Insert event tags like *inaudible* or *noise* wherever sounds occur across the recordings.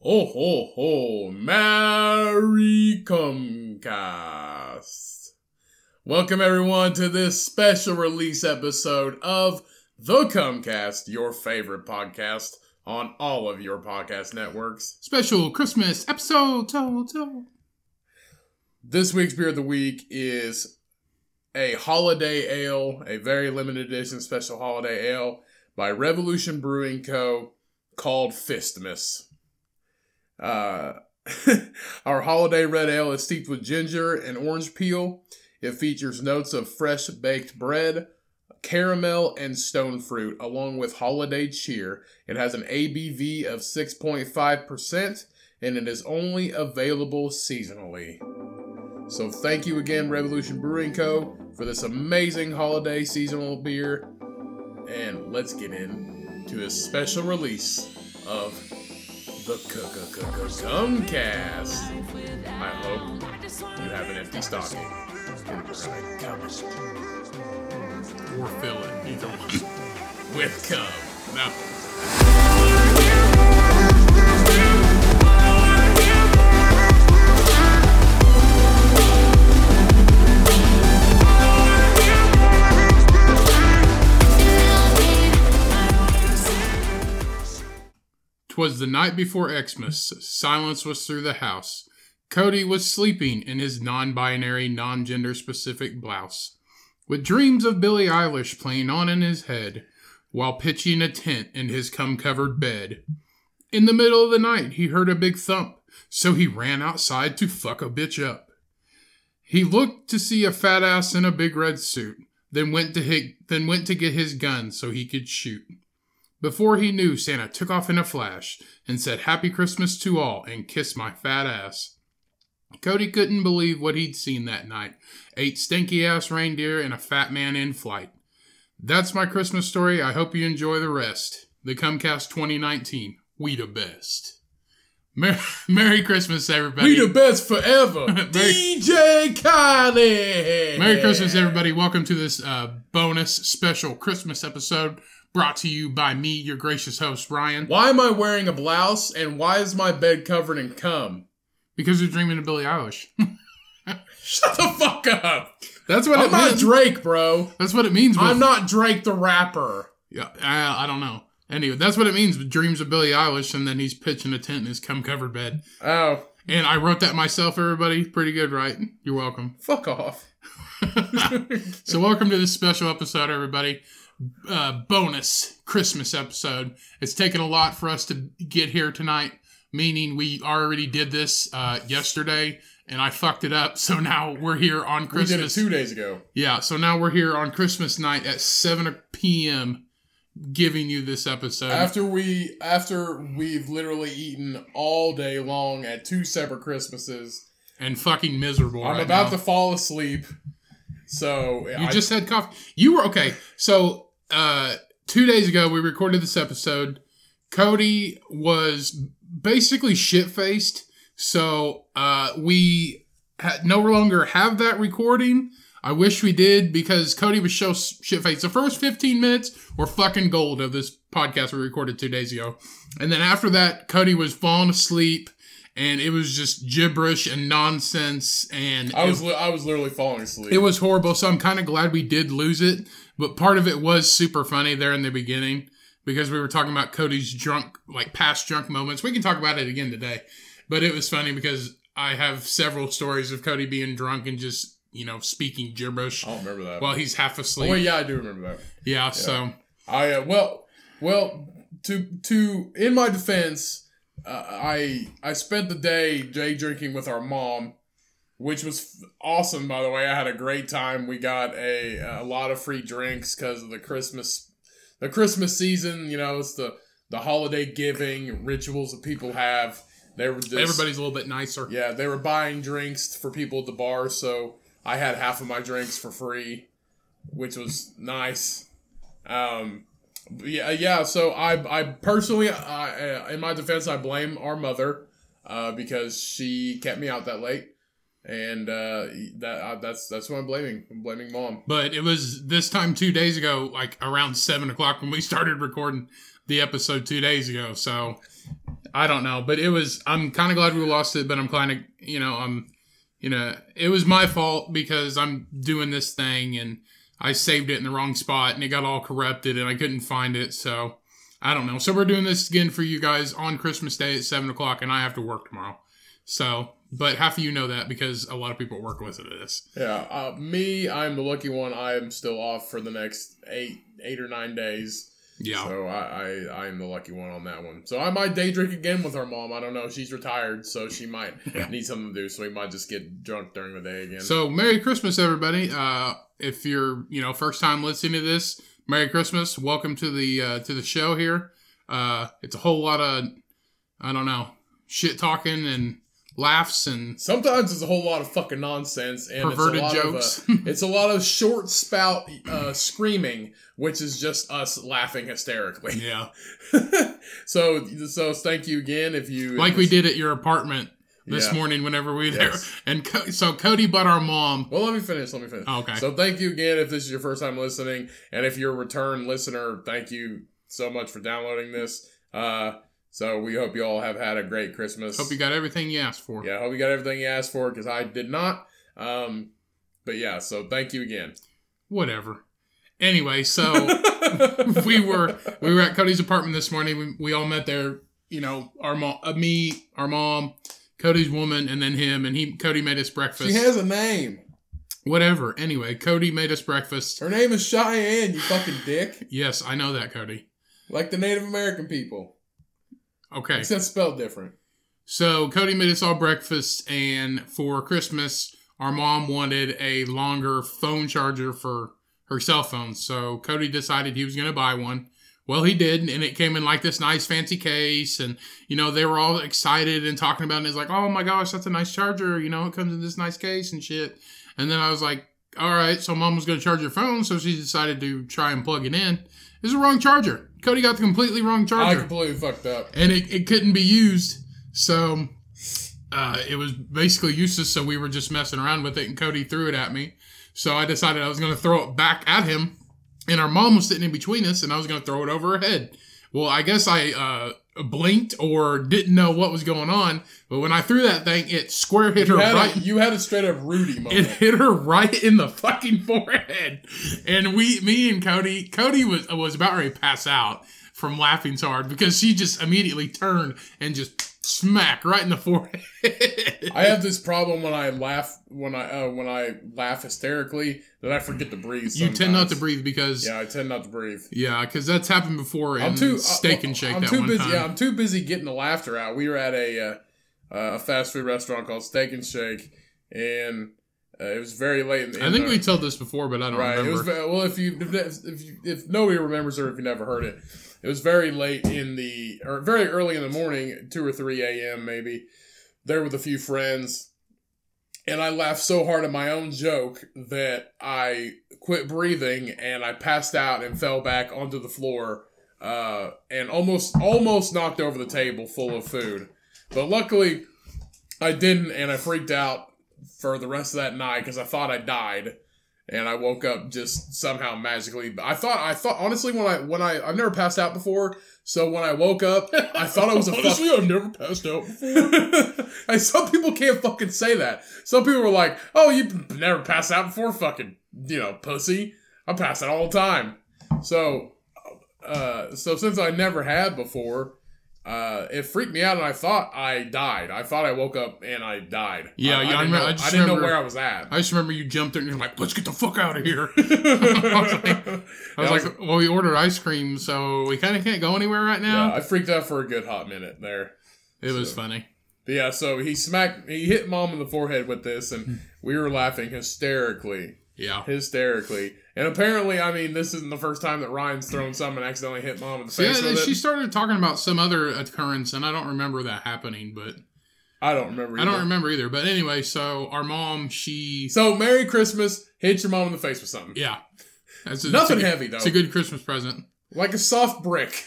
Ho ho ho, Merry Comcast. Welcome everyone to this special release episode of The Comcast, your favorite podcast on all of your podcast networks. Special Christmas episode. Toe, toe. This week's beer of the week is a holiday ale, a very limited edition special holiday ale by Revolution Brewing Co. called Fistmas. Uh, *laughs* our holiday red ale is steeped with ginger and orange peel. It features notes of fresh baked bread, caramel, and stone fruit, along with holiday cheer. It has an ABV of 6.5%, and it is only available seasonally. So thank you again, Revolution Brewing Co., for this amazing holiday seasonal beer. And let's get in to this special release of the Gumcast. I hope you have an empty stocking. Or fill it, either one. With cum. No. Twas the night before Xmas. Silence was through the house. Cody was sleeping in his non binary, non gender specific blouse, with dreams of Billie Eilish playing on in his head while pitching a tent in his cum covered bed. In the middle of the night, he heard a big thump, so he ran outside to fuck a bitch up. He looked to see a fat ass in a big red suit, then went to, hit, then went to get his gun so he could shoot. Before he knew, Santa took off in a flash and said, Happy Christmas to all and kissed my fat ass. Cody couldn't believe what he'd seen that night eight stinky ass reindeer and a fat man in flight. That's my Christmas story. I hope you enjoy the rest. The Comcast 2019. We the best. Mer- Merry Christmas, everybody. *laughs* We the best forever. *laughs* DJ Kylie. Merry Christmas, everybody. Welcome to this uh, bonus special Christmas episode brought to you by me, your gracious host, Ryan. Why am I wearing a blouse and why is my bed covered in cum? *laughs* Because you're dreaming of Billie Eilish. Shut the fuck up. That's what I'm it not means. Drake, bro. that's what it means. With, I'm not Drake the rapper. Yeah, I, I don't know. Anyway, that's what it means with dreams of Billie Eilish, and then he's pitching a tent in his cum covered bed. Oh, And I wrote that myself, everybody. Pretty good, right? You're welcome. *laughs* fuck off. *laughs* So, welcome to this special episode, everybody. Uh, bonus Christmas episode. It's taken a lot for us to get here tonight, meaning we already did this uh, yesterday and I fucked it up. *laughs* So now we're here on We did it Christmas. two days ago. yeah, so now we're here on Christmas night at 7 p.m. giving you this episode. After we after we've literally eaten all day long at two separate Christmases. and fucking miserable. I'm right about now. to fall asleep. So You I, just had coffee. You were okay. So uh, two days ago, we recorded this episode. Cody was basically shit faced. So uh, we ha- no longer have that recording. I wish we did because Cody was so shit faced. The first 15 minutes were fucking gold of this podcast we recorded two days ago. And then after that, Cody was falling asleep and it was just gibberish and nonsense. And I it was li- I was literally falling asleep. it was horrible, so I'm kind of glad we did lose it. But part of it was super funny there in the beginning because we were talking about Cody's drunk, like past drunk moments. We can talk about it again today, but it was funny because I have several stories of Cody being drunk and just, you know, speaking gibberish I don't remember that. while he's half asleep. well, Oh, yeah, I do remember that. yeah, so I uh, well, well, to to in my defense, uh, I I spent the day day drinking with our mom, which was f- awesome. By the way, I had a great time. We got a a lot of free drinks because of the Christmas, the Christmas season. You know, it's the the holiday giving rituals that people have. They were just everybody's a little bit nicer. yeah, they were buying drinks for people at the bar, so I had half of my drinks for free, which was nice. Um, but yeah, yeah. So I, I personally, I, I- in my defense, I blame our mother uh, because she kept me out that late, and uh, that uh, that's that's who I'm blaming. I'm blaming mom. But it was this time two days ago, *laughs* like around seven o'clock when we started recording the episode two days ago. So I don't know, but it was. I'm kind of glad we lost it, but I'm kind of you know I'm you know it was my fault because I'm doing this thing and I saved it in the wrong spot and it got all corrupted and I couldn't find it. So I don't know. So we're doing this again for you guys on Christmas Day at seven o'clock, and I have to work tomorrow. So, but half of you know that because a lot of people work with it. It is. Yeah, uh, me, I'm the lucky one. I am still off for the next eight, eight or nine days. Yeah. So I, I, I am the lucky one on that one. So I might day drink again with her mom. I don't know. She's retired, so she might *laughs* Yeah. need something to do. So we might just get drunk during the day again. So Merry Christmas, everybody. Uh, if you're you know first time listening to this, Merry Christmas. Welcome to the uh, to the show here. Uh, it's a whole lot of I don't know shit talking and laughs and sometimes it's a whole lot of fucking nonsense and perverted it's a lot jokes. Of, *laughs* uh, it's a lot of short spout uh, screaming, which is just us laughing hysterically. *laughs* yeah, so so thank you again if you like we did at your apartment this Yeah. morning whenever we Yes. were there. And Co- so Cody, but our mom. Oh, Well, let me finish. Let me finish. Okay. So thank you again if this is your first time listening, and if you're a return listener, thank you so much for downloading this. Uh, so we hope you all have had a great Christmas. Hope you got everything you asked for. yeah, I hope you got everything you asked for because I did not. Um, but yeah, so thank you again. Whatever. *laughs* Anyway, so. we were we were at Cody's apartment this morning. We, we all met there. You know, our mom, uh, me, our mom, Cody's woman, and then him. And he, Cody made us breakfast. She has a name. Whatever. Anyway, Cody made us breakfast. Her name is Cheyenne. You fucking dick. Yes, I know that, Cody. Like the Native American people, Okay. except spelled different. So Cody made us all breakfast, and for Christmas, our mom wanted a longer phone charger for her cell phone. So Cody decided he was going to buy one. Well, he did, and it came in like this nice fancy case, and you know they were all excited and talking about it. And it's like, oh my gosh, that's a nice charger. You know, it comes in this nice case and shit. And then I was like, all right, so mom was going to charge your phone, so she decided to try and plug it in. It's the wrong charger. Cody got the completely wrong I charger completely fucked up. and it, it couldn't be used. So uh, it was basically useless. So we were just messing around with it, and Cody threw it at me. So I decided I was going to throw it back at him, and our mom was sitting in between us, and I was going to throw it over her head. Well, I guess I uh, blinked or didn't know what was going on, but when I threw that thing, it square hit You her had, right. a, you had a straight up Rudy It moment. hit her right in the fucking forehead, and we, me and Cody, Cody was was about ready to pass out from laughing so hard because she just immediately turned and just smack right in the forehead. I have this problem when I laugh when I uh, when I laugh hysterically that I forget to breathe. you tend not sometimes. to breathe because yeah, Yeah, I tend not to breathe. 'cause that's happened before in I'm too steak I, and shake I'm that too one busy. time. Yeah, I'm too busy getting the laughter out. We were at a uh, a fast food restaurant called Steak and Shake, and uh, it was very late. In, in I think the, we told this before, but I don't right. It was remember. ve- well. If you if, if you if nobody remembers or if you never heard it, it was very late in the or very early in the morning, two or three a.m. maybe. There with a few friends, and I laughed so hard at my own joke that I quit breathing and I passed out and fell back onto the floor, uh, and almost almost knocked over the table full of food. But luckily, I didn't, and I freaked out for the rest of that night because I thought I died, and I woke up just somehow magically. But I thought, I thought honestly, when I when I I've never passed out before, so when I woke up, I thought I was a fuck. *laughs* Honestly, I've never passed out. *laughs* and some people can't fucking say that. Some people were like, "Oh, you never passed out before, fucking you know, pussy." I pass out all the time. So, uh, so since I never had before, uh, it freaked me out, and I thought I died. I thought I woke up and I died. Yeah, I, I yeah, I didn't, remember- know, I I just didn't know remember- where I was at. I just remember you jumped there and you're like, "Let's get the fuck out of *laughs* here." *laughs* I I was was- like, "Well, we ordered ice cream, so we kind of can't go anywhere right now." yeah, I freaked out for a good hot minute there. it was so- funny. But yeah, so he smacked, he hit mom in the forehead with this, and we were laughing hysterically. Yeah. hysterically. And apparently, I mean, this isn't the first time that Ryan's thrown some and accidentally hit mom in the So yeah, face with she it. started talking about some other occurrence, and I don't remember that happening, but I don't remember. I either. don't remember either. But anyway, so our mom, she, So, Merry Christmas. Hit your mom in the face with something. yeah, that's a, Nothing it's a, heavy though, It's a good Christmas present. like a soft brick.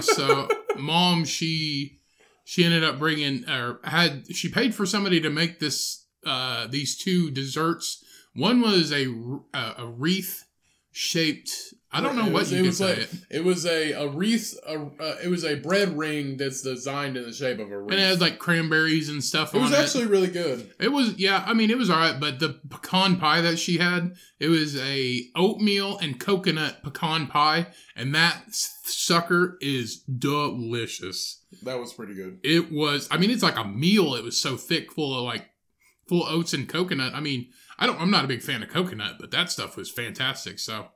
*laughs* So mom, she, she ended up bringing or had she paid for somebody to make this uh these two desserts. One was a uh, a wreath shaped. I don't know It what was- you it could was say like- it. It was a a wreath. A, uh, it was a bread ring that's designed in the shape of a wreath. And it had like cranberries and stuff It on was actually really good. it. It was yeah, I mean it was alright, but the pecan pie that she had, it was a oatmeal and coconut pecan pie, and that s- sucker is delicious. That was pretty good. It was. I mean, it's like a meal. It was so thick, full of like full oats and coconut. I mean, I don't. I'm not a big fan of coconut, but that stuff was fantastic. So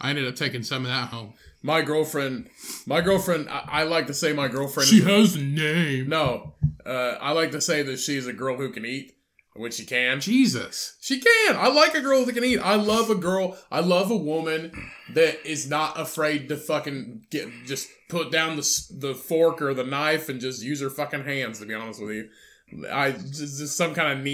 I ended up taking some of that home. My girlfriend, my girlfriend. I, I like to say my girlfriend. She is- has a name. no. Uh, I like to say that she's a girl who can eat when she can. Jesus. She can. I like a girl that can eat. I love a girl. I love a woman that is not afraid to fucking get just put down the s- the fork or the knife and just use her fucking hands. To be honest with you, I just, just some kind of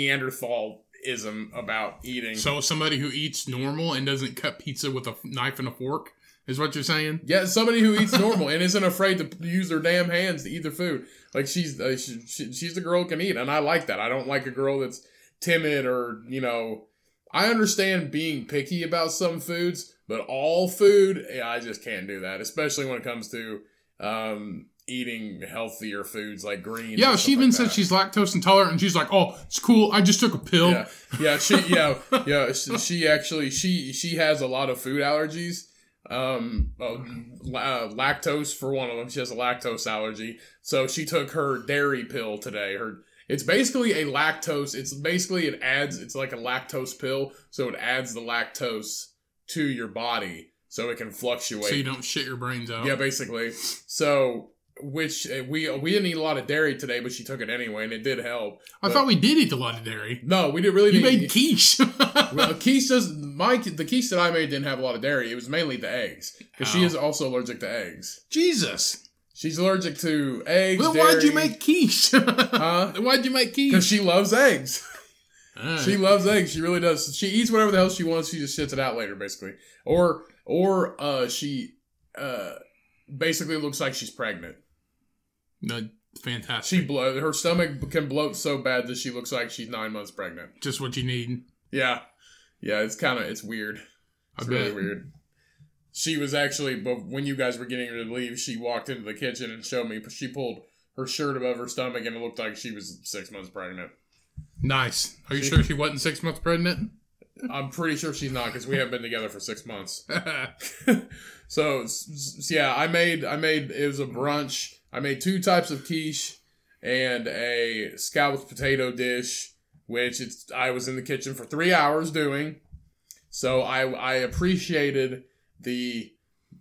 Neanderthalism about eating. So somebody who eats normal and doesn't cut pizza with a f- knife and a fork is what you're saying. yeah, somebody who eats normal and isn't afraid to use their damn hands to eat their food. Like she's uh, she, she, she's the girl who can eat, and I like that. I don't like a girl that's timid or you know. I understand being picky about some foods, but all food, yeah, I just can't do that. Especially when it comes to um, eating healthier foods like greens. Yeah, and she stuff even like said that. she's lactose intolerant, and she's like, "Oh, it's cool. I just took a pill." Yeah, yeah, she, yeah, yeah. She, she actually, she, she has a lot of food allergies. Um, uh, la- uh, lactose for one of them. She has a lactose allergy, so she took her dairy pill today. Her, it's basically a lactose. It's basically it adds. It's like a lactose pill, so it adds the lactose to your body, so it can fluctuate. So you don't shit your brains out. Yeah, basically. So, which uh, we we didn't eat a lot of dairy today, but she took it anyway, and it did help. I thought we did eat a lot of dairy. No, we didn't really. You didn't- made quiche. *laughs* well, quiche does my the quiche that I made didn't have a lot of dairy. It was mainly the eggs because she Oh. is also allergic to eggs. *laughs* Jesus. She's allergic to eggs. Well, why'd you dairy, make *laughs* quiche? *laughs* Huh? why'd you make Because quiche? she loves eggs. Alright. She loves eggs. She really does. She eats whatever the hell she wants. She just shits it out later, basically. Or or uh, she uh, basically looks like she's pregnant. no, fantastic. She blow her stomach can bloat so bad that she looks like she's nine months pregnant. Just what you need. Yeah, yeah. It's kind of it's weird. I It's bet. really weird. She was actually, but when you guys were getting her to leave, she walked into the kitchen and showed me. She pulled her shirt above her stomach, and it looked like she was six months pregnant. Nice. Are you She- sure she wasn't six months pregnant? I'm pretty sure she's not because we haven't been together for six months. *laughs* so, s- s- yeah, I made I made it was a brunch. I made two types of quiche and a scalloped potato dish, which it's I was in the kitchen for three hours doing. So I I appreciated the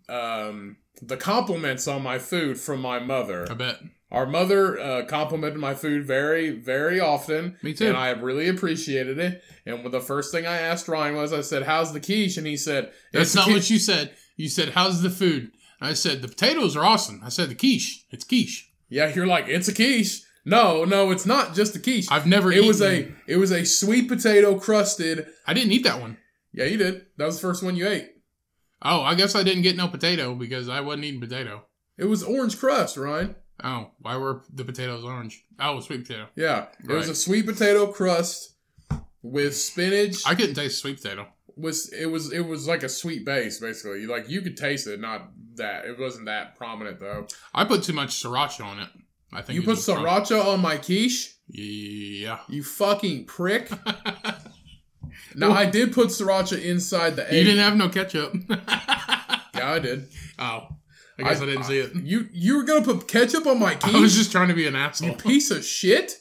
um, the compliments on my food from my mother. I bet. Our mother uh, complimented my food very very often. Me too. And I have really appreciated it. And the first thing I asked Ryan was, I said, "How's the quiche?" And he said, That's "It's not qui- what you said. You said, how's the food? I said, the potatoes are awesome. I said, the quiche. It's quiche. Yeah, you're like, "It's a quiche." No, no, it's not just a quiche. I've never it was eaten- a it was a sweet potato crusted. I didn't eat that one. Yeah, you did. That was the first one you ate. Oh, I guess I didn't get no potato because I wasn't eating potato. It was orange crust, Ryan. Oh, why were the potatoes orange? Oh, sweet potato. Yeah, it was Right. a sweet potato crust with spinach. I couldn't taste sweet potato. was it was it was like a sweet base basically. Like you could taste it, not that it wasn't that prominent though. I put too much sriracha on it. I think You it put was wrong. sriracha on my quiche, Yeah. you fucking *laughs* prick. now I did put sriracha inside the egg. You didn't have no ketchup. *laughs* oh, yeah, I did. I guess I, didn't see it. You you were gonna put ketchup on my *laughs* I was quiche, just trying to be an asshole. you piece of shit.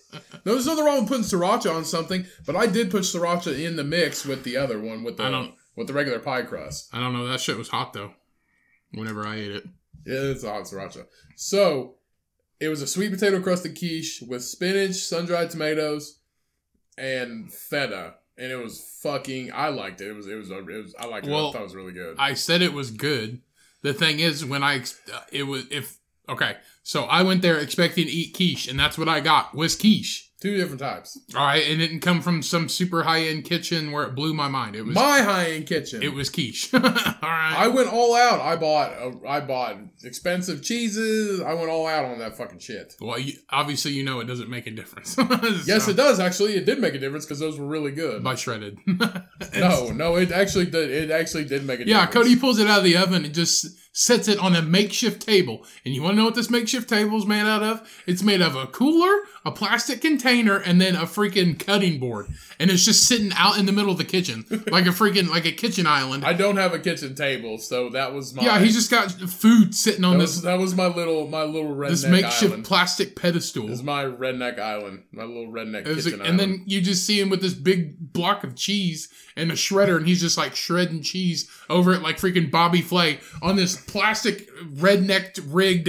No, there's nothing wrong with putting sriracha on something, but I did put sriracha in the mix with the other one with the I don't- with the regular pie crust. I don't know. That shit was hot though. Whenever I ate it, Yeah, it's a hot sriracha. So it was a sweet potato crusted quiche with spinach, sun dried tomatoes, and feta, and it was fucking. I liked it. It was. It was. It was I liked it. Well, I thought it was really good. I said it was good. The thing is, when I ex- uh, it was if okay, so I went there expecting to eat quiche, and that's what I got was quiche. Two different types. All right, it didn't come from some super high end kitchen where it blew my mind. It was My high end kitchen. it was quiche. *laughs* all right, I went all out. I bought a, I bought expensive cheeses. I went all out on that fucking shit. well, you, obviously you know it doesn't make a difference. *laughs* Yes, So- it does actually. It did make a difference because those were really good. by shredded. *laughs* no, no, it actually did. It actually did make a Yeah, difference. Cody pulls it out of the oven and just sets it on a makeshift table. And you want to know what this makeshift table is made out of? It's made of a cooler, a plastic container, and then a freaking cutting board. And it's just sitting out in the middle of *laughs* the kitchen, like a freaking like a kitchen island. I don't have a kitchen table, so that was my. yeah, he's just got food sitting that on was, this that was my little my little redneck this makeshift island. plastic pedestal. This is my redneck island. My little redneck It was kitchen like- and island. then you just see him with this big block of cheese and a shredder, and he's just like shredding cheese over it, like freaking Bobby Flay on this plastic redneck rigged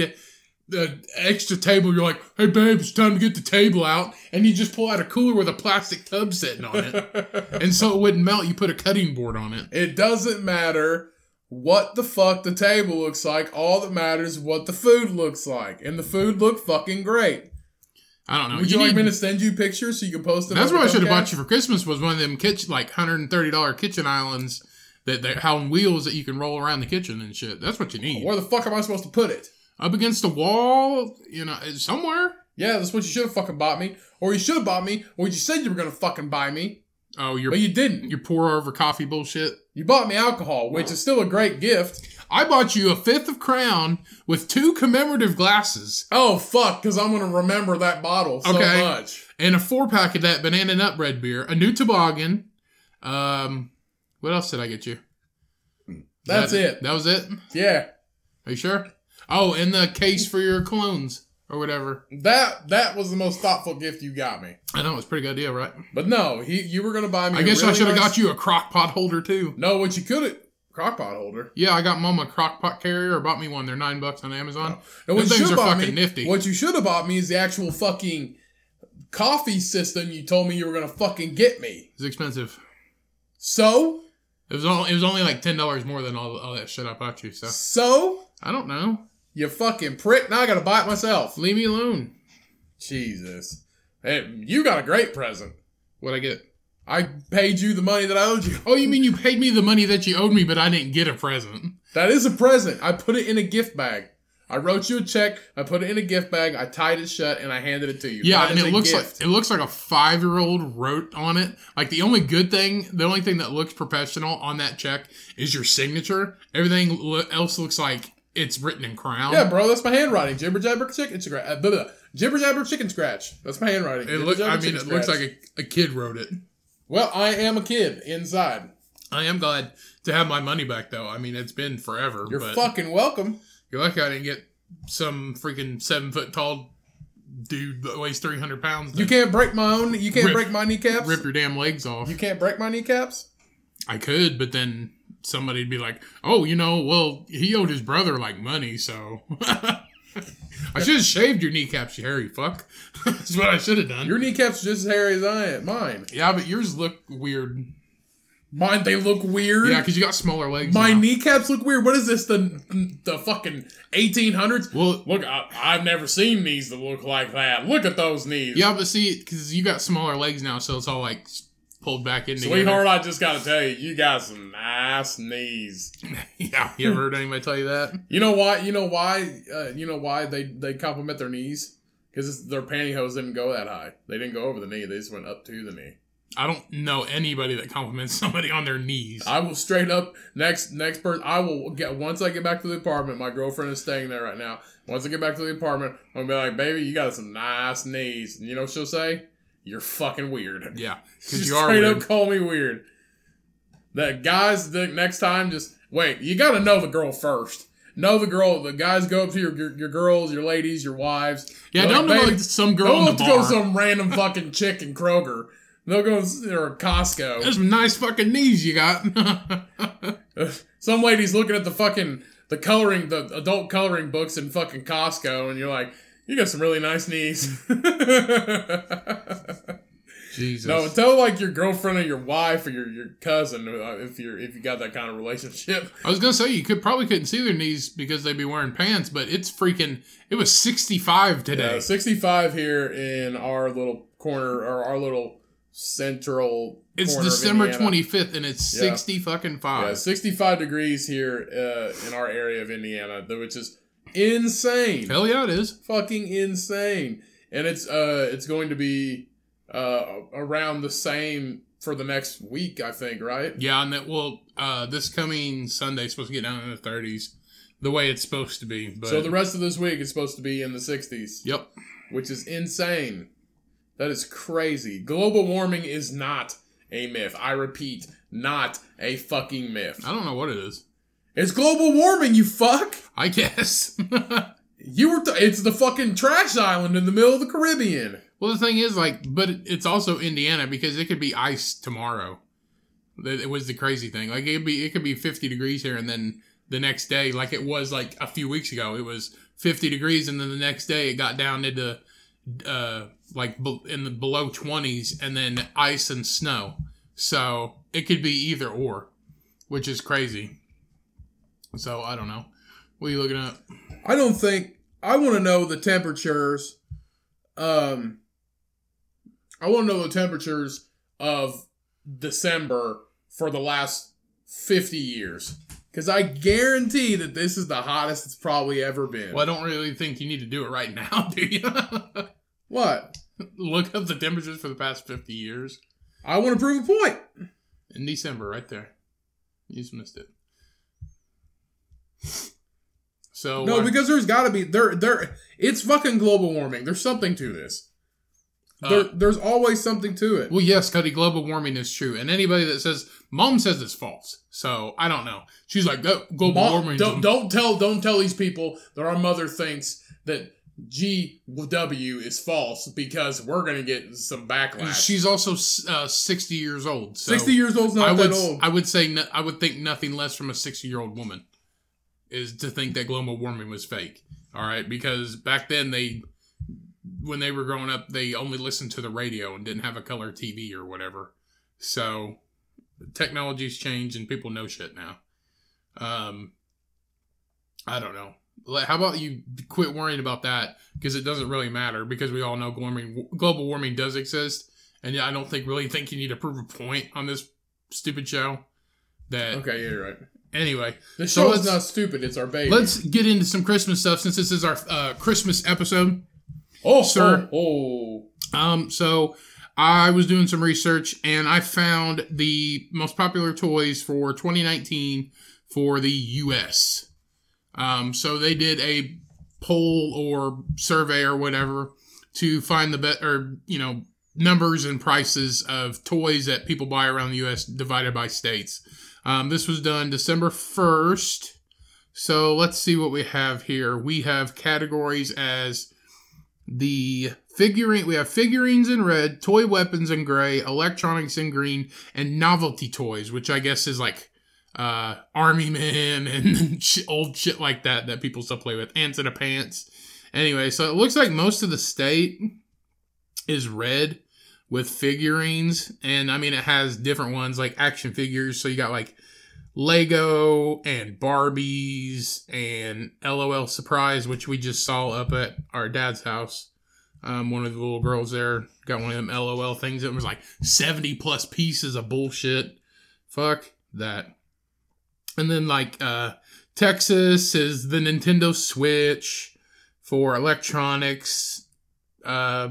uh, extra table. You're like, hey babe, it's time to get the table out, and you just pull out a cooler with a plastic tub sitting *laughs* on it, and so it wouldn't melt. You put a cutting board on it. it doesn't matter what the fuck the table looks like. All that matters is what the food looks like, and the food looked fucking great. I don't know. Would you, like need- me to send you pictures so you can post them? That's on what I the should have Comcast? bought you for Christmas was one of them kitchen like hundred and thirty dollar kitchen islands that that how on wheels that you can roll around the kitchen and shit. That's what you need. Where the fuck am I supposed to put it? up against the wall, you know, somewhere. Yeah, that's what you should have fucking bought me, or you should have bought me, or you said you were gonna fucking buy me, Oh, your but *laughs* you didn't. your pour over coffee bullshit. You bought me alcohol, which is still a great gift. I bought you a fifth of Crown with two commemorative glasses Oh fuck, because I'm gonna remember that bottle so Okay. much. and a four pack of that banana nut bread beer, a new toboggan. Um, what else did I get you? That's That- it. That was it. Yeah, Are you sure? Oh, and the case for your clones or whatever. that that was the most thoughtful gift you got me. I know it's a pretty good deal, right? But no, he you were gonna buy me. I guess I should have got you a crock pot holder too. No, what you could have crockpot holder. Yeah, I got mom a crock pot carrier. Bought me one. They're nine bucks on Amazon. And what Them you things should have are bought me, fucking nifty. what you should have bought me is the actual fucking coffee system you told me you were gonna fucking get me. It's expensive. So It was all. It was only like ten dollars more than all, all that shit I bought you. So so I don't know. You fucking prick. Now I gotta buy it myself. Leave me alone. Jesus. Hey, you got a great present. What I get? I paid you the money that I owed you. Oh, you mean you paid me the money that you owed me, but I didn't get a present? That is a present. I put it in a gift bag. I wrote you a check. I put it in a gift bag. I tied it shut and I handed it to you. Yeah, That and is it a looks gift. like it looks like a five year old wrote on it. Like the only good thing, the only thing that looks professional on that check is your signature. Everything lo- else looks like it's written in crown. Yeah, bro, that's my handwriting. Jibber jabber chicken scratch. Uh, blah, blah. Jibber jabber chicken scratch. That's my handwriting. It Jibber looks. jabber I mean, chicken it looks scratch. like a, a kid wrote it. Well, I am a kid inside. I am glad to have my money back, though. I mean, it's been forever. You're but- fucking welcome. You're lucky I didn't get some freaking seven foot tall dude that weighs 300 pounds. You to can't break my own. You can't Rip- break my kneecaps. rip your damn legs off. You can't break my kneecaps. I could, but then somebody'd be like, oh, you know, well, he owed his brother like money, so. *laughs* I should have shaved your kneecaps, you hairy fuck. *laughs* That's what I should have done. Your kneecaps are just as hairy as I am. Mine. yeah, but yours look weird. Mine, they look weird. Yeah, because you got smaller legs. my now. kneecaps look weird. What is this? The the fucking eighteen hundreds. Well, Look, I, I've never seen knees that look like that. Look at those knees, yeah, but see, because you got smaller legs now, so it's all like s- pulled back in together. sweetheart. I just gotta tell you, you got some nice knees. *laughs* Yeah, you ever heard anybody tell you that? You know why? You know why? Uh, you know why they they compliment their knees? Because their pantyhose didn't go that high. They didn't go over the knee. They just went up to the knee. I don't know anybody that compliments *laughs* somebody on their knees. I will straight up next next person. I will get once I get back to the apartment. My girlfriend is staying there right now. Once I get back to the apartment, I'm gonna be like, "Baby, you got some nice knees." And you know what she'll say? You're fucking weird. yeah, She because you are straight weird. up call me weird. That guys, the next time, just wait. You gotta know the girl first. Know the girl. The guys go up to your your, your girls, your ladies, your wives. yeah, They're don't like, know "Baby, like some girl Don't in the have to go bar. to some random fucking chick in Kroger. They'll go or Costco. There's some nice fucking knees you got. *laughs* Some lady's looking at the fucking the coloring the adult coloring books in fucking Costco, and you're like, you got some really nice knees. Jesus. *laughs* No, tell like your girlfriend or your wife or your, your cousin uh, if you're if you got that kind of relationship. I was gonna say you could probably couldn't see their knees because they'd be wearing pants, but it's freaking. It was sixty five today. Yeah, 65 here in our little corner or our little central. it's corner of December Indiana. twenty fifth, and it's Yeah. sixty fucking five. Yeah, 65 degrees here uh, in our area of Indiana, though, which is insane. Hell yeah, it is. Fucking insane. And it's uh it's going to be uh around the same for the next week, I think, right? Yeah, and that well, uh, this coming Sunday's supposed to get down in the thirties, the way it's supposed to be. But So the rest of this week is supposed to be in the 60s, yep, which is insane. That is crazy. Global warming is not a myth. I repeat, not a fucking myth. I don't know what it is. It's global warming, you fuck. I *laughs* guess. You were. Th- it's the fucking trash island in the middle of the Caribbean. Well, the thing is, like, but it's also Indiana because it could be ice tomorrow. That- It was the crazy thing. Like, it could be it could be fifty degrees here, and then the next day, like it was like a few weeks ago, it was fifty degrees, and then the next day it got down into uh like be- in the below twenties, and then ice and snow. So it could be either or, which is crazy. So I don't know. What are you looking up? I don't think. I want to know the temperatures. Um, I want to know the temperatures of December for the last fifty years, because I guarantee that this is the hottest it's probably ever been. Well, I don't really think you need to do it right now, *laughs* do you? What? look up the temperatures for the past 50 years I want to prove a point. in December, right there. You just missed it. So No, uh, because there's got to be there. There, it's fucking global warming. There's something to this. uh, there, there's always something to it. well, yes, Cody, global warming is true, and anybody that says mom says it's false. So I don't know. She's like "Go- global Mom- warming. don't don't tell don't tell these people that our mother thinks that GW is false because we're gonna get some backlash. She's also uh, 60 years old. So sixty years old's not I that would old. I would say no, I would think nothing less from a 60 year old woman is to think that global warming was fake. All right, because back then they when they were growing up they only listened to the radio and didn't have a color TV or whatever. So technology's changed and people know shit now. Um, I don't know. Like, How about you quit worrying about that because it doesn't really matter because we all know warming, global warming does exist, and I don't think really think you need to prove a point on this stupid show. That okay, yeah, you're right. anyway, The So show is let's- not stupid. It's our baby. let's get into some Christmas stuff since this is our uh, Christmas episode. oh, sir. Oh, Um, so I was doing some research and I found the most popular toys for 2019 for the U.S. Um, so they did a poll or survey or whatever to find the bet or you know numbers and prices of toys that people buy around the U.S. divided by states. Um, this was done December 1st. So let's see what we have here. We have categories as the figurine we have figurines in red toy weapons in gray electronics in green and novelty toys which i guess is like uh army *laughs* men and sh- old shit like that that people still play with ants in a pants anyway so it looks like most of the state is red with figurines and i mean it has different ones like action figures so you got like Lego and Barbies and LOL Surprise, which we just saw up at our dad's house. Um, one of the little girls there got one of them LOL things that was like 70 plus pieces of bullshit. Fuck that. And then, like, uh, Texas is the Nintendo Switch for electronics. Uh,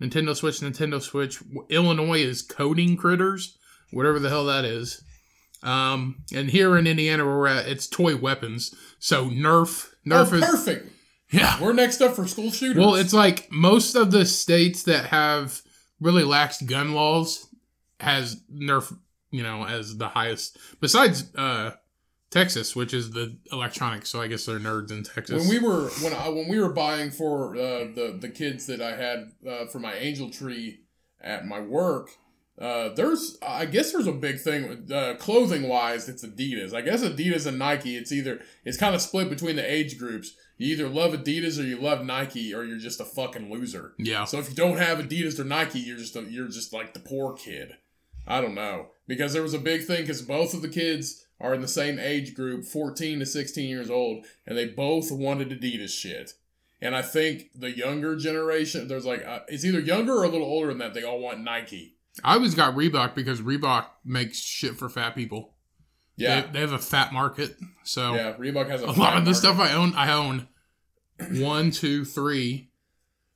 Nintendo Switch, Nintendo Switch. Illinois is Coding Critters, whatever the hell that is. Um, and here in Indiana, where we're at, it's toy weapons. So Nerf, Nerf oh, is perfect. yeah. We're next up for school shooters. Well, it's like most of the states that have really lax gun laws has Nerf, you know, as the highest. Besides uh, Texas, which is the electronics, so I guess they're nerds in when Texas. we were when I when we were buying for uh, the the kids that I had uh, for my angel tree at my work, Uh, there's, I guess, there's a big thing with uh, clothing wise. It's Adidas. I guess Adidas and Nike. It's either it's kind of split between the age groups. You either love Adidas or you love Nike, or you're just a fucking loser. Yeah. So if you don't have Adidas or Nike, you're just a, you're just like the poor kid. I don't know because there was a big thing because both of the kids are in the same age group, 14 to 16 years old, and they both wanted Adidas shit. And I think the younger generation, there's like uh, it's either younger or a little older than that. They all want Nike. I always got Reebok because Reebok makes shit for fat people. Yeah, They, they have a fat market. So yeah. Reebok has a, a lot of the this stuff I own, I own one, two, three.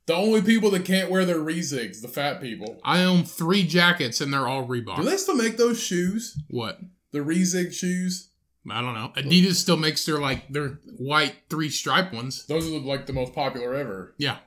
The only people that can't wear their Rezigs, the fat people. I own three jackets and they're all Do Reebok. they still make those shoes? What? The Rezig shoes? I don't know. Adidas still makes their like their white three stripe ones. Those are the, like the most popular ever. Yeah.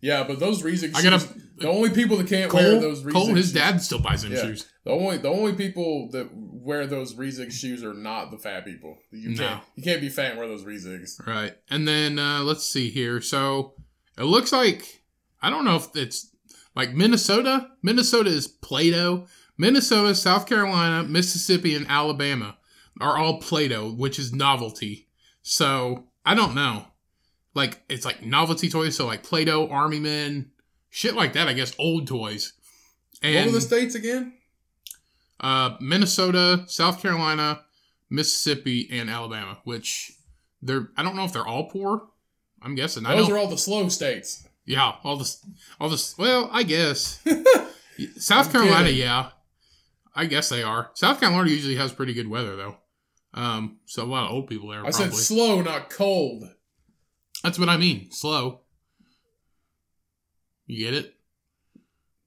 Yeah, but those Rezig shoes. I got a the only people that can't wear Cole. those Rezig Cole, his shoes- dad still buys them Yeah. shoes. The only the only people that wear those Rezig shoes are not the fat people. You No. can't you can't be fat and wear those Rezigs. Right. And then uh, let's see here. So it looks like I don't know if it's like Minnesota. Minnesota is Plato. Minnesota, South Carolina, Mississippi, and Alabama are all Plato, which is novelty. So I don't know. Like it's like novelty toys, so like Plato, Army Men, shit like that. I guess old toys. what And were the states again? uh, Minnesota, South Carolina, Mississippi, and Alabama. Which they're I don't know if they're all poor. I'm guessing. I Those know. are all the slow states. yeah, all this, all this. Well, *laughs* I guess South I'm Carolina. kidding. Yeah, I guess they are. South Carolina usually has pretty good weather though. Um, so a lot of old people there. I probably. said slow, not cold. That's what I mean. Slow. You get it?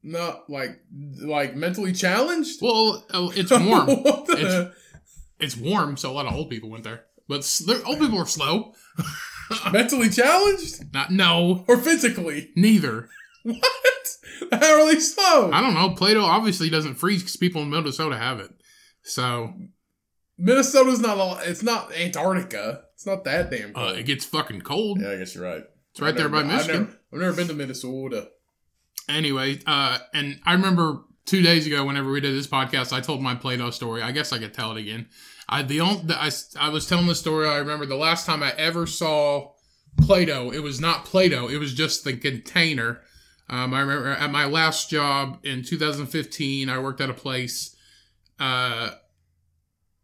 Not like like mentally challenged. Well, uh, *laughs* it's warm. What the- It's- it's warm, so a lot of old people went there. But s- they're- old people are slow. *laughs* mentally challenged Not no. or physically? *laughs* Neither. What? How are they slow? I don't know. Plato obviously doesn't freeze because people in Minnesota have it. So Minnesota's not all. It's not Antarctica. It's not that damn uh, cold. it gets fucking cold. yeah, I guess you're right. It's right there by Michigan. I've never, I've never been to Minnesota. Anyway, uh, and I remember two days ago, whenever we did this podcast, I told my Plato story. I guess I could tell it again. I the only I, I was telling the story. I remember the last time I ever saw Plato. It was not Plato. It was just the container. Um, I remember at my last job in 2015, I worked at a place uh,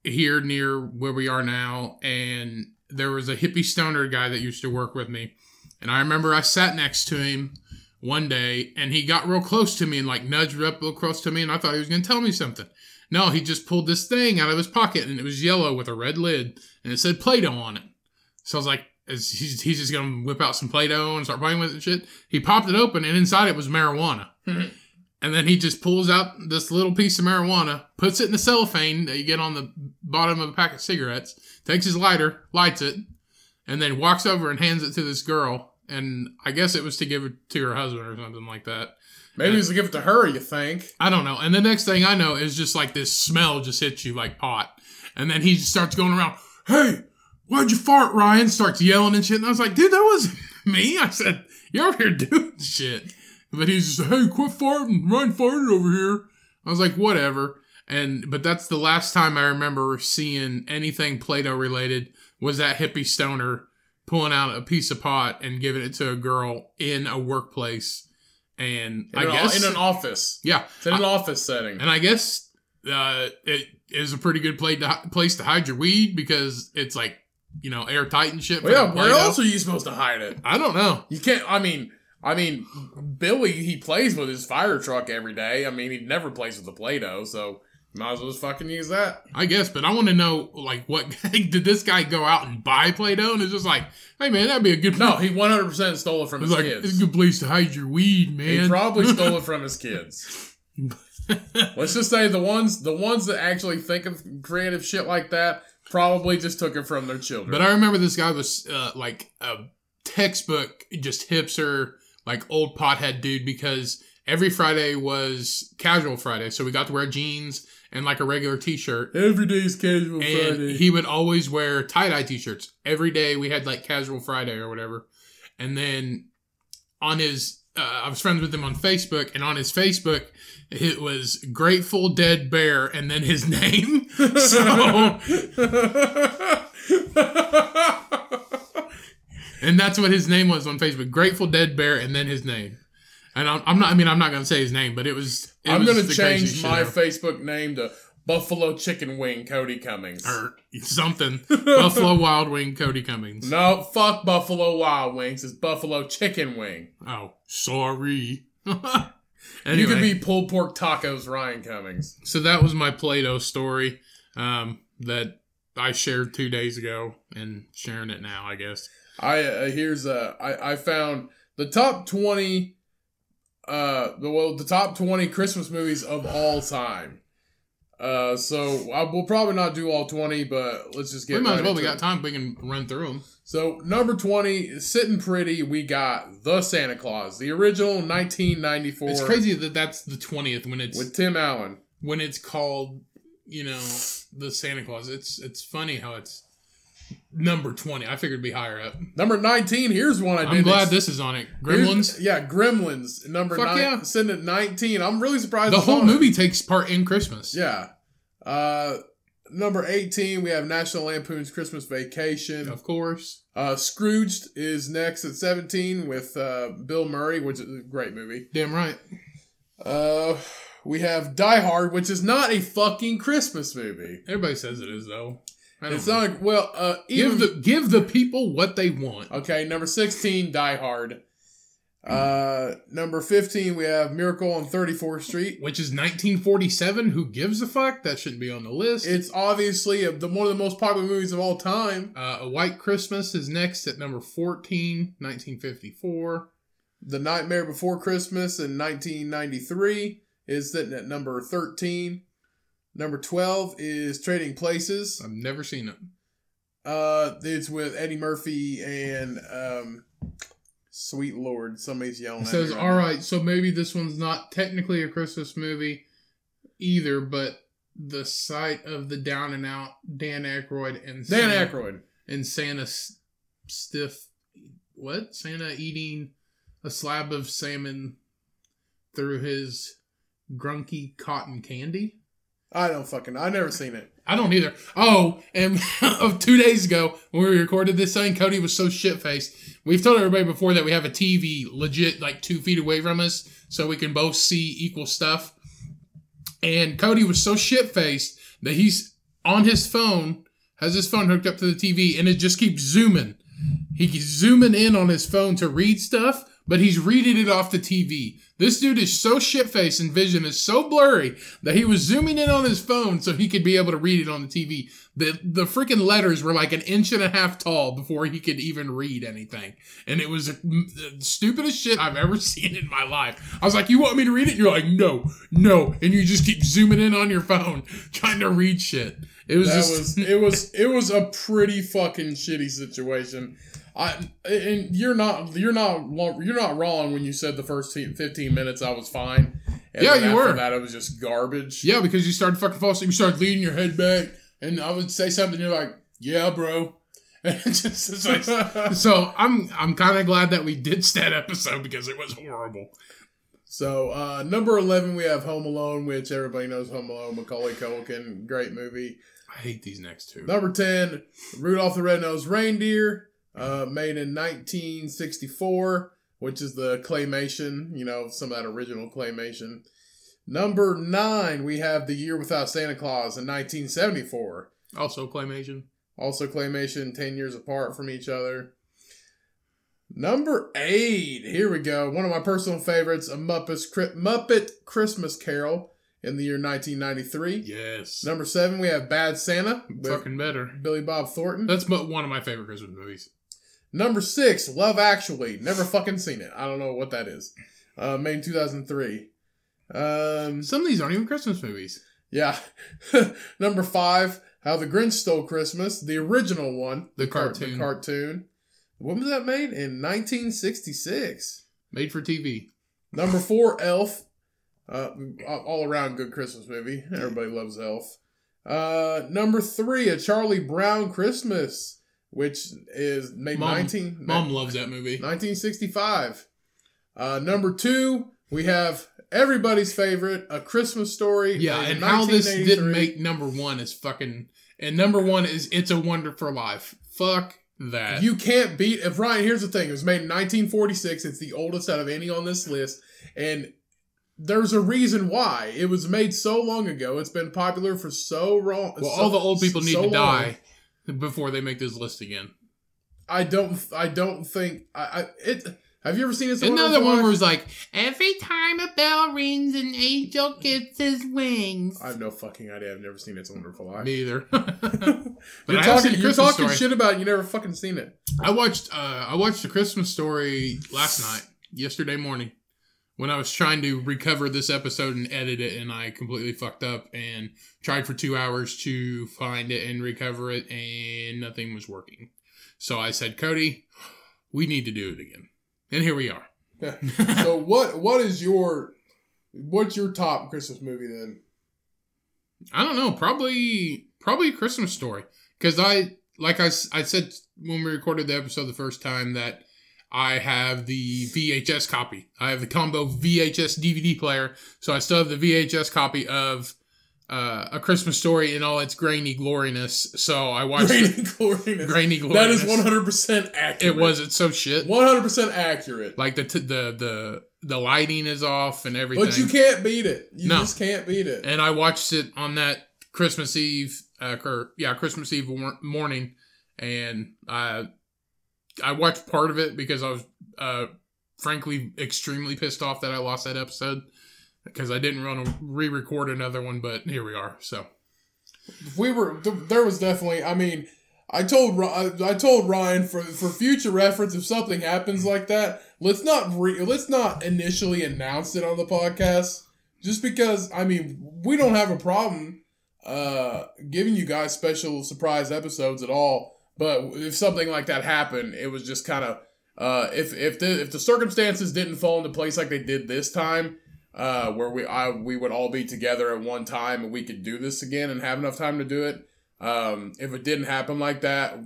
here near where we are now, and there was a hippie stoner guy that used to work with me. And I remember I sat next to him one day and he got real close to me and like nudged up real close to me and I thought he was going to tell me something. No, he just pulled this thing out of his pocket and it was yellow with a red lid and it said Play-Doh on it. So I was like, is he's, he's just going to whip out some Play-Doh and start playing with it and shit. He popped it open and inside it was marijuana. and then he just pulls out this little piece of marijuana, puts it in the cellophane that you get on the bottom of a pack of cigarettes, takes his lighter, lights it, and then walks over and hands it to this girl. And I guess it was to give it to her husband or something like that. Maybe it's a gift to her. You think? I don't know. And the next thing I know is just like this smell just hits you like pot. And then he just starts going around, Hey, why'd you fart, Ryan? Starts yelling and shit. And I was like, Dude, that wasn't *laughs* me. I said, You're over here doing *laughs* shit. But he's just, Hey, quit farting. Ryan farted over here. I was like, Whatever. And, but that's the last time I remember seeing anything Play Doh related was that hippie stoner pulling out a piece of pot and giving it to a girl in a workplace. And In I an, guess, in an office. yeah. It's in an office setting. And I guess uh, it is a pretty good play to, place to hide your weed because it's like, you know, airtight and shit. for Well, yeah. the Where Play-Doh. else are you supposed to hide it? I don't know. You can't. I mean, I mean, Billy. He plays with his fire truck every day. I mean, he never plays with the Play-Doh. So might as well just fucking use that. I guess, but I want to know, like, what *laughs* did this guy go out and buy Play Doh? And it's just like, hey, man, that'd be a good. No, he 100% stole it from *laughs* It's his like, it's a kids. good place to hide your weed, man. He probably stole *laughs* it from his kids. Let's just say the ones the ones that actually think of creative shit like that probably just took it from their children. But I remember this guy was uh, like a textbook, just hipster, like old pothead dude because every Friday was casual Friday. So we got to wear jeans and like a regular t shirt. Every day's casual And Friday. *laughs* he would always wear tie dye t shirts. Every day we had like casual Friday or whatever. And then on his uh, I was friends with him on Facebook, and on his Facebook, it was Grateful Dead Bear, and then his *laughs* *laughs* name. so, and that's what his name was on Facebook: Grateful Dead Bear, and then his name. And I'm, I'm not. I mean, I'm not going to say his name, but it was. It I'm was gonna the change craziest my shit ever. Facebook name to Buffalo Chicken Wing Cody Cummings. or something. Buffalo Wild Wing Cody *laughs* Cummings. No, fuck Buffalo Wild Wings. It's Buffalo Chicken Wing. Oh, sorry. *laughs* You Anyway. could be pulled pork tacos, Ryan Cummings. so that was my Play-Doh story um, that I shared two days ago, and sharing it now, I guess. I uh, here's uh I I found the top twenty, uh the well the top twenty Christmas movies of all time. Uh, so I, we'll probably not do all twenty, but let's just get. we might as right well. We into got it. time. We can run through them. So number twenty, is sitting pretty, we got the Santa Claus, the original nineteen ninety four. It's crazy that that's the twentieth when it's with Tim Allen. when it's called, you know, the Santa Claus. It's it's funny how it's number twenty. I figured it'd be higher up. Number nineteen, here's one I did. I'm glad this is on it. Gremlins. yeah, Gremlins. Number Fuck nine, yeah. sitting at nineteen. I'm really surprised. The it's whole on it. movie takes part in Christmas. Yeah. Uh, number 18, we have National Lampoon's Christmas Vacation. Of course. Uh, Scrooged is next at 17 with uh, Bill Murray, which is a great movie. Damn right. Uh, we have Die Hard, which is not a fucking Christmas movie. Everybody says it is though. I don't It's know. not, like- well, uh, even. give the give the people what they want. okay, number 16, Die Hard. Uh, number 15, we have Miracle on 34th Street. Which is 1947. Who gives a fuck? That shouldn't be on the list. It's obviously a, the, one of the most popular movies of all time. uh, a White Christmas is next at number 14, 1954. The Nightmare Before Christmas in 1993 is sitting at number 13. Number 12 is Trading Places. I've never seen it. Uh, it's with Eddie Murphy and um, Sweet Lord. Somebody's yelling. It at says, me right all now. right, so maybe this one's not technically a Christmas movie either, but the sight of the down and out Dan Aykroyd and Dan Santa, Aykroyd. and Santa s- stiff what Santa eating a slab of salmon through his grunky cotton candy. I don't fucking. I've never seen it. I don't either. Oh, and *laughs* of two days ago when we recorded this thing, Cody was so shit faced. We've told everybody before that we have a TV legit like two feet away from us, so we can both see equal stuff. And Cody was so shit faced that he's on his phone, has his phone hooked up to the TV, and it just keeps zooming. He keeps zooming in on his phone to read stuff, but he's reading it off the TV. This dude is so shit faced and vision is so blurry that he was zooming in on his phone so he could be able to read it on the TV. The the freaking letters were like an inch and a half tall before he could even read anything, and it was the stupidest shit I've ever *laughs* seen in my life. I was like, "You want me to read it?" You're like, "No, no," and you just keep zooming in on your phone *laughs* trying to read shit. It was That just *laughs* was it was it was a pretty fucking shitty situation. I and you're not you're not lo- you're not wrong when you said the first te- 15 minutes I was fine. And Yeah, then you after were. That it was just garbage. yeah because you started fucking falling asleep. You started leaning your head back, and I would say something. You're like, "Yeah, bro." *laughs* And it just, it's like, so I'm I'm kind of glad that we did *laughs* that episode because it was horrible. so uh, number eleven we have Home Alone, which everybody knows Home Alone. Macaulay Culkin, great movie. I hate these next two. Number ten, Rudolph the Red-Nosed Reindeer, uh, made in 1964, which is the claymation, you know, some of that original claymation. Number nine, we have The Year Without Santa Claus in 1974 Also claymation. also claymation 10 years apart from each other number eight here we go one of my personal favorites a muppet, muppet christmas carol in the year 1993 Yes. number seven we have bad santa with Fucking better. billy bob thornton That's but one of my favorite Christmas movies. number six love actually never fucking seen it i don't know what that is uh, made in 2003 um, Some of these aren't even Christmas movies. yeah *laughs* number five how the grinch stole christmas the original one The Car- cartoon The cartoon. When was that made? In 1966. made for TV. Number four, Elf. Uh, all around good Christmas movie. Everybody loves Elf. Uh, number three, A Charlie Brown Christmas, which is made Mom- 19, Mom loves that movie. 1965. Uh, number two, we have everybody's favorite, A Christmas Story. Yeah, made in and how this 1983. didn't make number one is fucking. And number one is It's a Wonderful Life. Fuck that. You can't beat if Ryan. Here's the thing: it was made in 1946. It's the oldest out of any on this list, and there's a reason why it was made so long ago. It's been popular for so long. well, so- all the old people need so to long. die *laughs* before they make this list again. I don't. I don't think. I, I it. Have you ever seen this? Another one where it's like, every time a bell rings, an angel gets his wings. *laughs* I have no fucking idea. I've never seen It's a Wonderful Life. *laughs* Neither. You're I have talking, seen A you're Christmas talking Story. shit about it. You never fucking seen it. *laughs* I watched uh, I watched the Christmas story last night, yesterday morning, when I was trying to recover this episode and edit it, and I completely fucked up and tried for two hours to find it and recover it, and nothing was working. So I said, Cody, we need to do it again, and here *laughs* we are. *laughs* so what? What is your? What's your top Christmas movie then? I don't know, probably probably a Christmas story because I like I, s- I said when we recorded the episode the first time that I have the VHS copy. I have the combo VHS DVD player, so I still have the VHS copy of uh, a Christmas story in all its grainy gloriness. So I watched Great grainy, and Glorious. grainy gloriness. *laughs* That is 100% It accurate. was. It's so shit. 100% accurate. Like the t- the the the lighting is off and everything. But you can't beat it. You No. just can't beat it. and I watched it on that Christmas Eve, uh, or yeah, Christmas Eve war- morning, and I I watched part of it because I was uh, frankly extremely pissed off that I lost that episode because I didn't want to re-record another one, but here we are. So we were th- there was definitely I mean, I told Ri- I I told Ryan for for future reference if something happens like that, let's not re- let's not initially announce it on the podcast just because I mean, we don't have a problem uh giving you guys special surprise episodes at all, but if something like that happened, it was just kind of uh, if if the if the circumstances didn't fall into place like they did this time, uh, where we I we would all be together at one time and we could do this again and have enough time to do it. Um, if it didn't happen like that,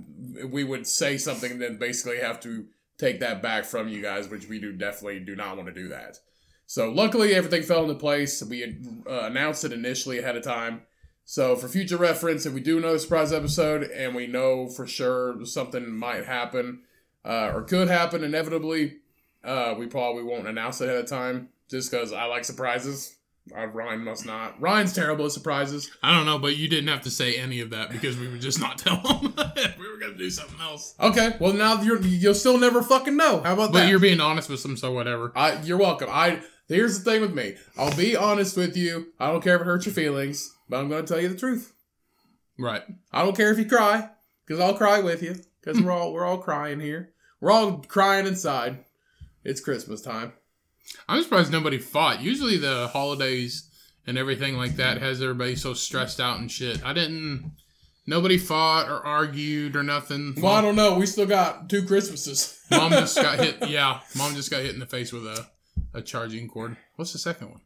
we would say something and then basically have to take that back from you guys, which we do definitely do not want to do that. So luckily everything fell into place. We had, uh, announced it initially ahead of time. So for future reference, if we do another surprise episode and we know for sure something might happen uh, or could happen inevitably, uh, we probably won't announce it ahead of time just because I like surprises. Uh, Ryan must not. Ryan's terrible at surprises. I don't know, but you didn't have to say any of that because we would just not *laughs* tell them we were gonna do something else. Okay, well now you're you'll still never fucking know. How about But that? *laughs* you're being honest with them, so whatever. I, you're welcome. I here's the thing with me. I'll be honest with you. I don't care if it hurts your feelings, but I'm gonna tell you the truth. Right. I don't care if you cry, because I'll cry with you. Because we're all we're all crying here. We're all crying inside. It's Christmas time. I'm surprised nobody fought. Usually the holidays and everything like that has everybody so stressed out and shit. I didn't. Nobody fought or argued or nothing. Well, I don't Mom, know. We still got two Christmases. *laughs* mom just got hit. Yeah, mom just got hit in the face with a, a charging cord. What's the second one?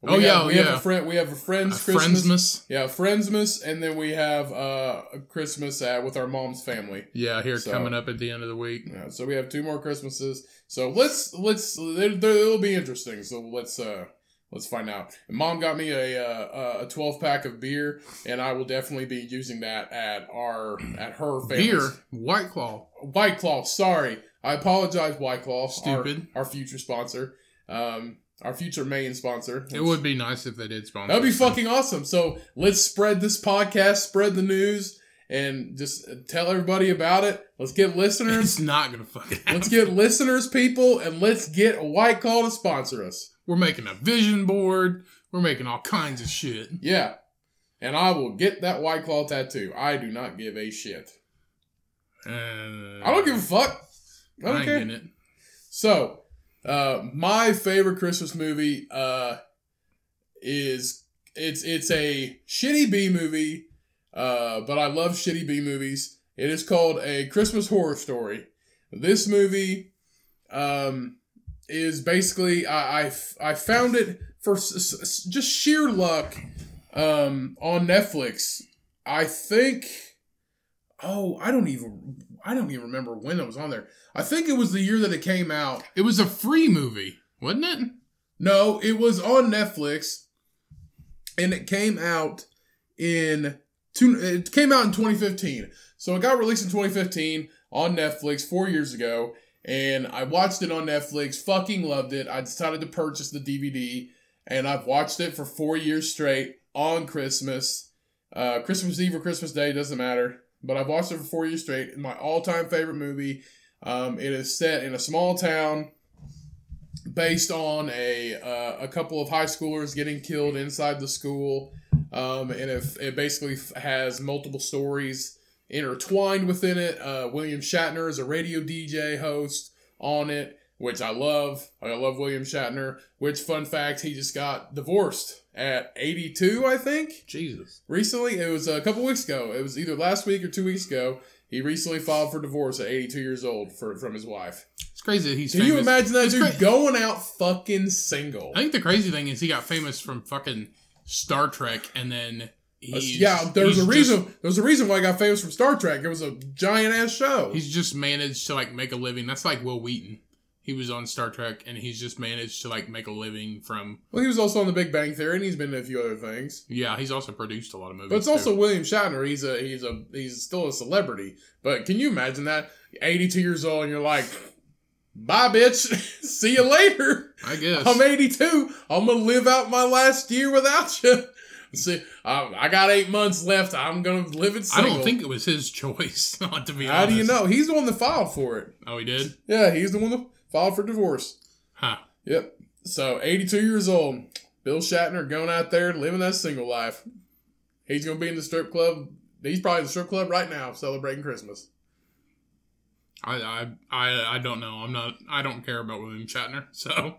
We Oh, have- yeah, we have yeah. a friend. We have a friends Uh, Christmas. Friendsmas. Yeah, Friendsmas, and then we have uh, a Christmas at, with our mom's family. Yeah, here So- coming up at the end of the week. Yeah, so we have two more Christmases. So let's let's there, there, it'll be interesting. So let's uh let's find out. And Mom got me a uh, a twelve pack of beer, and I will definitely be using that at our at her family's. Beer, White Claw. White Claw. Sorry, I apologize, White Claw. our- Stupid. Our, future sponsor, um, our future main sponsor. It would be nice if they did sponsor. That'd be something. fucking awesome. So let's spread this podcast, spread the news, and just tell everybody about it. Let's get listeners. *laughs* It's not gonna fucking. Happen. let's get listeners, people, and let's get White Claw to sponsor us. We're making a vision board. We're making all kinds of shit. Yeah. And I will get that White Claw tattoo. I do not give a shit. Uh, I don't give a fuck. I I don't ain't care. getting it. So, uh, my favorite Christmas movie uh, is it's it's a shitty B movie, uh, but I love shitty B movies. It is called a Christmas Horror Story. This movie um, is basically I, I f- I found it for s- s- s- just sheer luck um, on Netflix. I think. Oh, I don't even. I don't even remember when it was on there. I think it was the year that it came out. It was a free movie, wasn't it? No, it was on Netflix, and it came out in two. It came out in 2015, so it got released in 2015 on Netflix four years ago. And I watched it on Netflix, fucking loved it. I decided to purchase the DVD, and I've watched it for four years straight on Christmas, uh, Christmas Eve or Christmas Day doesn't matter. But I've watched it for four years straight. My all-time favorite movie. Um, it is set in a small town based on a uh, a couple of high schoolers getting killed inside the school, um, and it, it basically f- has multiple stories intertwined within it. Uh, William Shatner is a radio DJ host on it, which I love. I love William Shatner. Which fun fact, he just got divorced at 82, I think. Jesus. Recently, it was a couple weeks ago. It was either last week or two weeks ago. He recently filed for divorce at 82 years old for, from his wife. It's crazy that he's Can you famous. imagine that It's dude cra- going out fucking single? I think the crazy thing is he got famous from fucking Star Trek, and then he's, yeah, there's he's a just- reason. There's a reason why I got famous from Star Trek. It was a giant ass show. he's just managed to like make a living. That's like Will Wheaton. He was on Star Trek, and he's just managed to like make a living from. well, he was also on The Big Bang Theory, and he's been in a few other things. Yeah, he's also produced a lot of movies. But it's too. also William Shatner. He's a he's a he's still a celebrity. But can you imagine that? 82 years old, and you're like, bye, bitch. *laughs* See you later. I guess. I'm 82. I'm gonna live out my last year without you. *laughs* See, I, I got eight months left. I'm gonna live it I single. don't think it was his *laughs* choice. Not to be How do you honest. know? He's the one that filed for it. Oh, he did. Yeah, he's the one that filed for divorce. Huh. Yep. So 82 years old, Bill Shatner going out there living that single life. He's gonna be in the strip club. He's probably in the strip club right now celebrating Christmas. I, I I I don't know. I'm not. I don't care about William Shatner, *laughs* so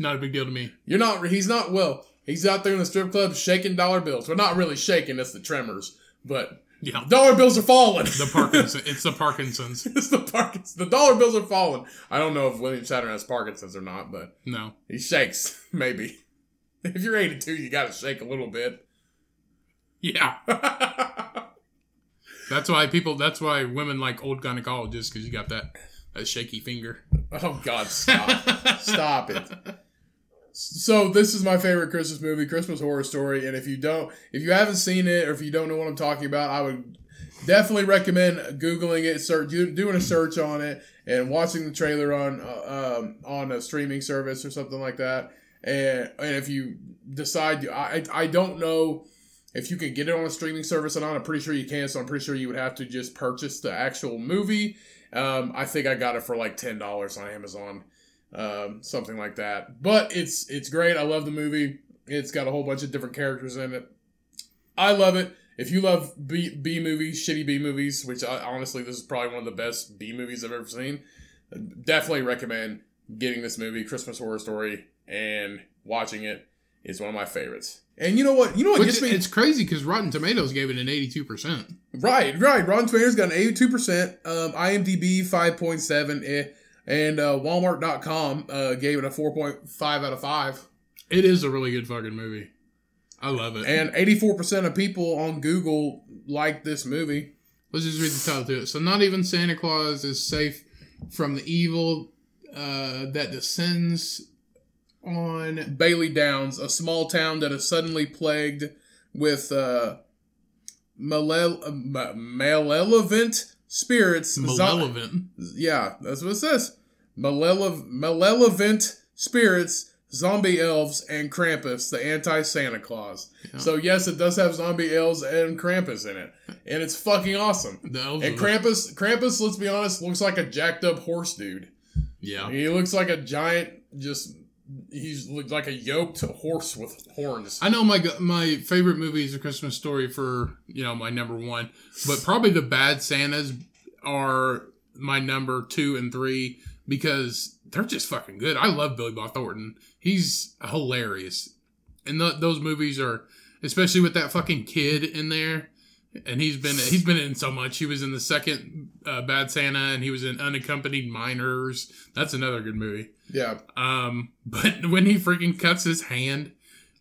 not a big deal to me. You're not. He's not well. He's out there in the strip club shaking dollar bills. Well, not really shaking. It's the tremors, but Yeah, dollar bills are falling. the Parkinson. it's the Parkinson's. *laughs* it's the Parkinson's. The dollar bills are falling. I don't know if William Shatner has Parkinson's or not, but No, he shakes. *laughs* Maybe. If you're 82, you got to shake a little bit. yeah. Oh, That's why people. That's why women like old gynecologists because you got that that shaky finger. oh God, *laughs* stop, stop it. So this is my favorite Christmas movie, Christmas Horror Story, and if you don't, if you haven't seen it, or if you don't know what I'm talking about, I would definitely recommend googling it, search, do- doing a search on it, and watching the trailer on uh, um, on a streaming service or something like that. And, and if you decide, I I I don't know if you can get it on a streaming service or not. I'm pretty sure you can, so I'm pretty sure you would have to just purchase the actual movie. Um, I think I got it for like ten dollars on Amazon, um, something like that. But it's it's great. I love the movie. It's got a whole bunch of different characters in it. I love it. If you love B, B movies, shitty B movies, which I, honestly this is probably one of the best B movies I've ever seen, definitely recommend getting this movie, Christmas Horror Story, and watching it. It's one of my favorites. And you know what? You know what Which gets me? it's crazy because Rotten Tomatoes gave it an eighty-two percent. Right, right. Rotten Tomatoes got an 82%, um, IMDb 5.7, eh, and uh, Walmart.com uh, gave it a 4.5 out of 5. It is a really good fucking movie. I love it. And 84% of people on Google like this movie. Let's just read the title to it. So, not even Santa Claus is safe from the evil uh, that descends on. Bailey Downs, a small town that is suddenly plagued with uh, malel- uh, ma- malevolent spirits. zo- Malevolent. Yeah, that's what it says. Malelev- malevolent spirits, zombie elves, and Krampus, the anti Santa Claus. Yeah. So, yes, it does have zombie elves and Krampus in it. And it's fucking awesome. The elves. And are the- Krampus, Krampus, let's be honest, looks like a jacked up horse dude. yeah. He looks like a giant, just, he's looked like a yoked horse with horns. I know my g- my favorite movie is A Christmas Story for you know my number one, but probably the Bad Santas are my number two and three because they're just fucking good. I love Billy Bob Thornton. He's hilarious, and th- those movies are especially with that fucking kid in there. And he's been he's been in so much. He was in the second uh, Bad Santa, and he was in Unaccompanied Minors. That's another good movie. yeah. Um, but when he freaking cuts his hand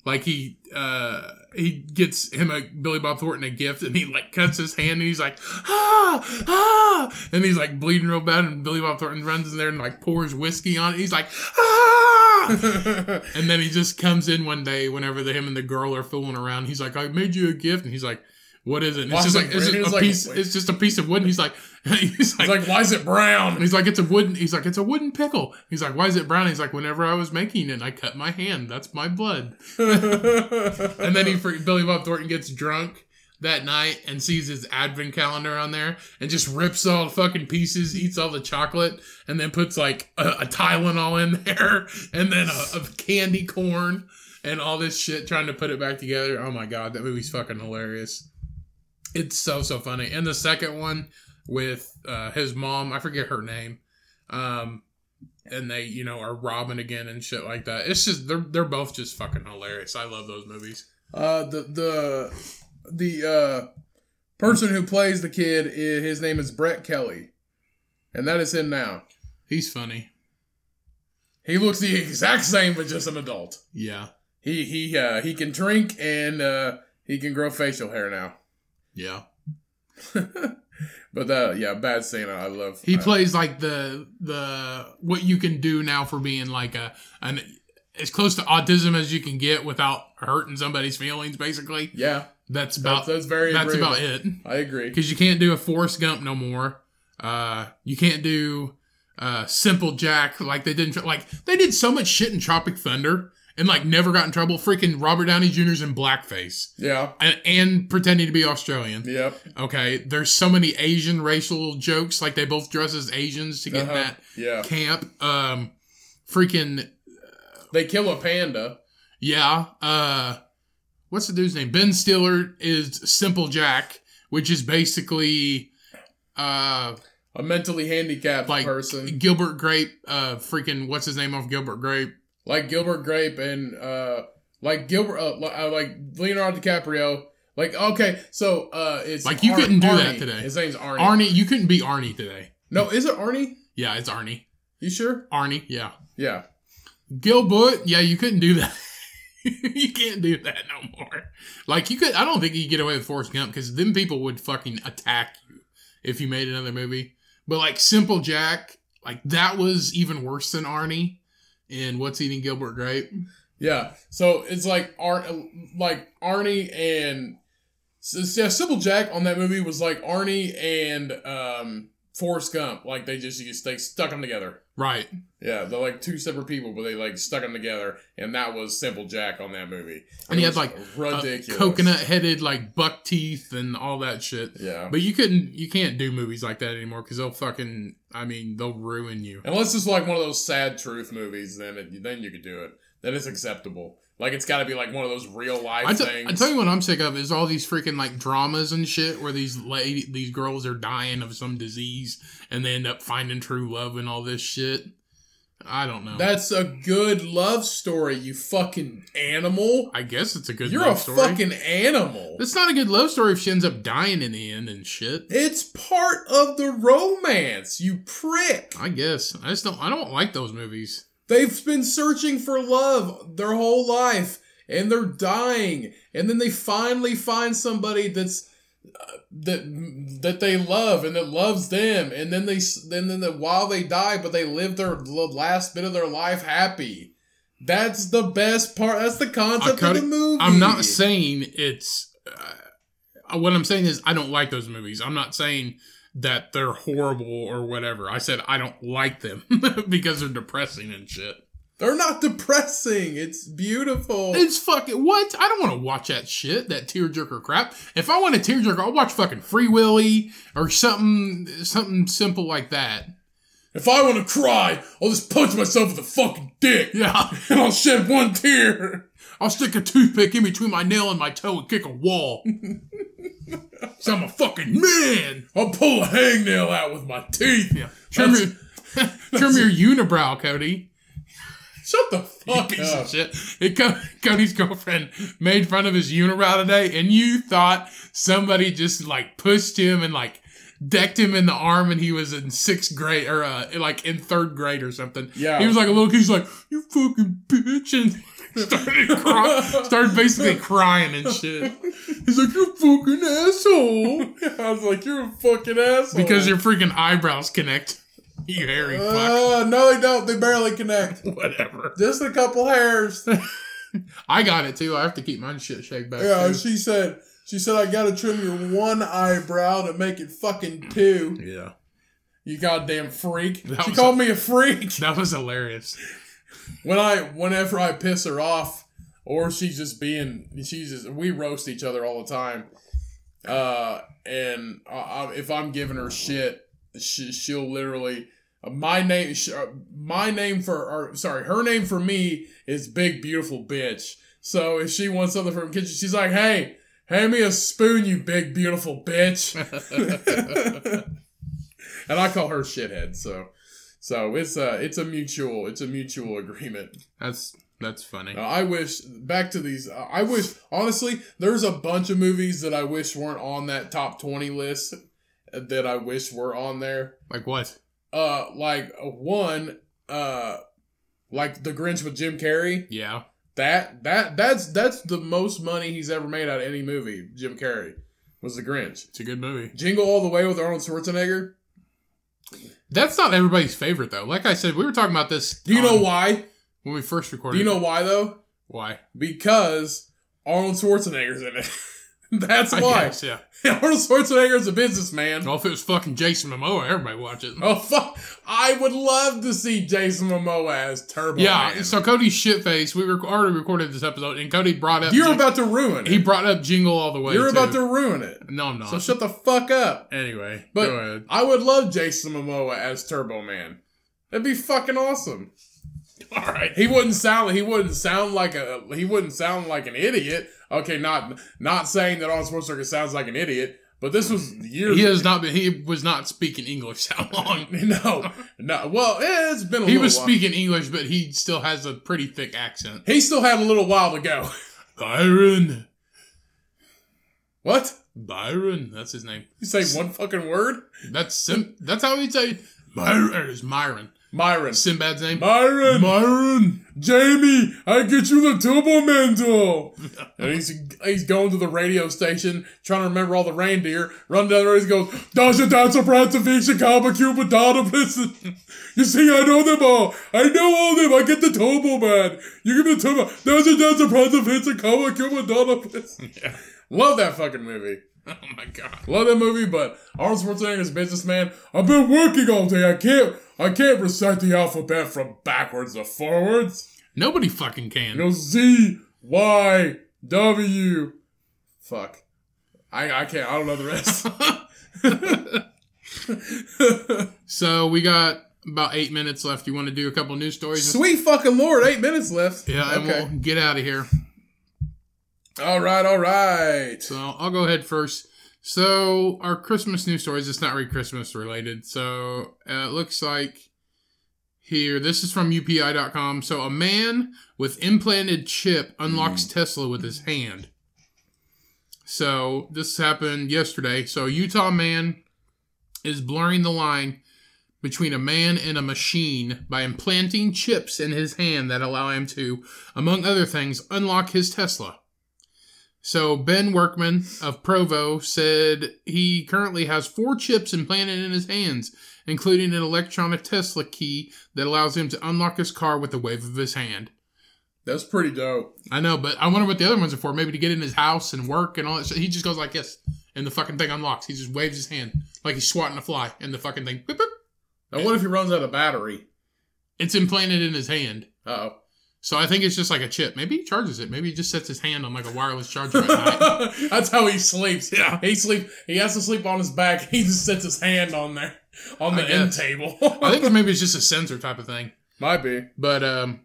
Like he uh he gets him a Billy Bob Thornton a gift and he like cuts his hand and he's like ah ah and he's like bleeding real bad and Billy Bob Thornton runs in there and like pours whiskey on it. He's like ah *laughs* and then he just comes in one day whenever the, him and the girl are fooling around. He's like, "I made you a gift," and he's like, "What is it?" And it's Why is just it like it's green? just It's a like- piece. It's just a piece of wood. And he's like, *laughs* he's He's like, like, why is it and brown? he's like, it's a wooden. He's like, it's a wooden pickle. He's like, why is it brown? He's like, whenever I was making it, I cut my hand. That's my blood. And and *laughs* then he fre- Billy Bob Thornton gets drunk that night and sees his advent calendar on there and just rips all the fucking pieces, eats all the chocolate, and then puts like a, a Tylenol in there *laughs* and then a, a candy corn and all this shit trying to put it back together. Oh my god, that movie's fucking hilarious. It's so so funny. And the second one with uh, his mom, I forget her name. Um and they, you know, are robbing again and shit like that. It's just they're they're both just fucking hilarious. I love those movies. Uh, the the the uh, person who plays the kid, i eh, his name is Brett Kelly, and that is him now. He's funny. He looks the exact same, but just an adult. Yeah. He he uh, he can drink and uh, he can grow facial hair now. Yeah. But uh, yeah, bad Santa. I love. He I- plays like the the what you can do now for being like a an as close to autism as you can get without hurting somebody's feelings basically. yeah, That's about that's, that's that's, very. agreeable. about it. I agree. Cuz you can't do a Forrest Gump no more. Uh you can't do uh Simple Jack like they didn't like they did so much shit in Tropic Thunder and like never got in trouble freaking Robert Downey Jr.'s in blackface Yeah. and, and pretending to be Australian. Yep. Okay, there's so many Asian racial jokes. Like they both dress as Asians to get in Uh-huh. that Yeah. camp. Um, freaking They kill a panda. yeah. Uh, what's the dude's name? Ben Stiller is Simple Jack, which is basically uh A mentally handicapped Like- person, Gilbert Grape. Uh, freaking what's his name off Gilbert Grape? like Gilbert Grape and uh, like Gilbert, uh, li- uh, like Leonardo DiCaprio. Like okay, so uh, it's Like, you couldn't do that Arnie. today. His name's Arnie. Arnie. You couldn't be Arnie today. No, is it Arnie? Yeah, it's Arnie. You sure? Arnie. Yeah. Yeah. Gilbert, yeah, you couldn't do that. *laughs* you can't do that no more. Like you could, I don't think you could get away with Forrest Gump because then people would fucking attack you if you made another movie. But like Simple Jack, like that was even worse than Arnie. And what's eating Gilbert Grape? Yeah. So it's like Ar- like Arnie and s- yeah, Sybil Jack on that movie was like Arnie and um Forrest Gump. Like they just used they stuck them together. Right. Yeah, they're like two separate people, but they like stuck them together, and that was Simple Jack on that movie. And he It had, was like, ridiculous Coconut headed, like buck teeth and all that shit. Yeah, But you couldn't, you can't do movies like that anymore because they'll fucking, I mean, they'll ruin you. unless it's like one of those sad truth movies, then it, then you could do it. Then it's acceptable. Like it's got to be like one of those real life I, t- things. I tell you what I'm sick of is all these freaking like dramas and shit where these lady these girls are dying of some disease and they end up finding true love and all this shit. I don't know. that's a good love story, you fucking animal. I guess it's a good You're love a story. fucking animal. it's not a good love story if she ends up dying in the end and shit. It's part of the romance, you prick. I guess I just don't. I don't like those movies. They've been searching for love their whole life and they're dying and then they finally find somebody that's uh, that that they love and that loves them and then they s- then then the, while they die but they live their l- last bit of their life happy. That's the best part. That's the concept cut of it. the movie. I'm not saying it's. Uh, what I'm saying is I don't like those movies. I'm not saying that they're horrible or whatever. I said I don't like them *laughs* because they're depressing and shit. they're not depressing. It's beautiful. It's fucking what? I don't want to watch that shit, that tearjerker crap. If I want a tearjerker, I'll watch fucking Free Willy or something, something simple like that. if I want to cry, I'll just punch myself in the fucking dick. Yeah, *laughs* and I'll shed one tear. I'll stick a toothpick in between my nail and my toe and kick a wall. *laughs* so I'm a fucking man. I'll pull a hangnail out with my teeth. Yeah, trim your, *laughs* trim your unibrow, *laughs* Cody. Shut the You fuck Oh, piece of up. shit. It, Co- Cody's girlfriend made fun of his unibrow today, and you thought somebody just like pushed him and like decked him in the arm, and he was in sixth grade or uh, like in third grade or something. Yeah. He was like a little kid. He's like, "You fucking bitch!" And *laughs* started, cry- started basically crying and shit. He's like, "You fucking *laughs* asshole," *laughs* I was like, you're a fucking asshole. because your freaking eyebrows connect. *laughs* You hairy fuck. Uh, no, they don't. They barely *laughs* connect. Whatever. Just a couple hairs. I got it too. I have to keep mine shit shake back. Yeah, too. she said. She said, "I gotta trim your one eyebrow to make it fucking two. yeah. You goddamn freak!" That she was called me a freak That was hilarious. *laughs* when I, whenever I piss her off, or she's just being, she's just. We roast each other all the time, uh, and I, I, if I'm giving her shit, she, she'll literally. My name, sh- uh, my name for, or sorry, her name for me is Big Beautiful Bitch. So if she wants something from the kitchen, she's like, "Hey, hand me a spoon, you big beautiful bitch." *laughs* and I call her shithead. So, so it's a it's a mutual it's a mutual agreement. That's that's funny. Uh, I wish back to these. Uh, I wish honestly, there's a bunch of movies that I wish weren't on that top twenty list uh, that I wish were on there. Like what? Uh, like uh, one, uh, like The Grinch with Jim Carrey. Yeah. That that that's that's the most money he's ever made out of any movie. Jim Carrey was The Grinch. It's a good movie. Jingle All the Way with Arnold Schwarzenegger. That's not everybody's favorite though. Like I said, we were talking about this. Do you know on- why? when we first Oh, recorded? Do you know why though? why? Because Arnold Schwarzenegger's in it. *laughs* that's I why. guess, Oh. yeah. Arnold Schwarzenegger's a businessman. Well, if it was fucking Jason Momoa, everybody watch it. Oh fuck! I would love to see Jason Momoa as Turbo. yeah. Man. So Cody's shitface. We rec- already recorded this episode, and Cody brought up. you're Jing- about to ruin He it. brought up Jingle all the way. You're about too. to ruin it. No, I'm not. So shut the fuck up. anyway, But- go ahead. I would love Jason Momoa as Turbo Man. That'd be fucking awesome. All right. He wouldn't sound. He wouldn't sound like a. He wouldn't sound like an idiot. Okay, not not saying that Arnold Schwarzenegger sounds like an idiot, but this was years. He has not been. He was not speaking English *laughs* that long. *laughs* no, no. Well, eh, it's been. A He little was while. speaking English, but he still has a pretty thick accent. He still had a little while to go. *laughs* Byron, What? Byron, that's his name. You say one fucking word? That's Sim. That's how he'd say Myron. Or is Myron Myron. Sinbad's name? Myron, Myron. Jamie, I get you the Turbo Man doll. and he's he's going to the radio station, trying to remember all the reindeer. Run down the road, he goes, Dasha, Dasha, Pratsavisha, Kaba, Cuba, Dada, listen. *laughs* You see, I know them all. I know all them. I get the Turbo Man. You give me the Turbo. Dasha, Dasha, Pratsavisha, Kaba, Cuba, Dada, listen. *laughs* Yeah. Love that fucking movie. Oh my god. Love that movie, but Arnold Schwarzenegger's a businessman. I've been working all day. I can't. I can't recite the alphabet from backwards to forwards. Nobody fucking can. You know, Z Y W. Fuck. I I can't. I don't know the rest. *laughs* *laughs* so we got about eight minutes left. You want to do a couple news stories? Sweet fucking lord! Eight minutes left. yeah, and Okay. we'll get out of here. All right. All right. So I'll go ahead first. So our Christmas news stories. It's not really Christmas related. So uh, it looks like here. This is from UPI.com. So a man with implanted chip unlocks Tesla with his hand. So this happened yesterday. So a Utah man is blurring the line between a man and a machine by implanting chips in his hand that allow him to, among other things, unlock his Tesla. So Ben Workman of Provo said he currently has four chips implanted in his hands, including an electronic Tesla key that allows him to unlock his car with a wave of his hand. That's pretty dope. I know, but I wonder what the other ones are for. Maybe to get in his house and work and all that shit. He just goes like this, and the fucking thing unlocks. He just waves his hand like he's swatting a fly, and the fucking thing, boop, boop, Now, what if he runs out of battery? it's implanted in his hand. Uh So I think it's just like a chip. Maybe he charges it. Maybe he just sets his hand on like a wireless charger at night. oh. *laughs* That's how he sleeps. Yeah. He sleep. He has to sleep on his back. He just sets his hand on there on the I end guess. table. I think maybe it's just a sensor type of thing. *laughs* Might be. But um,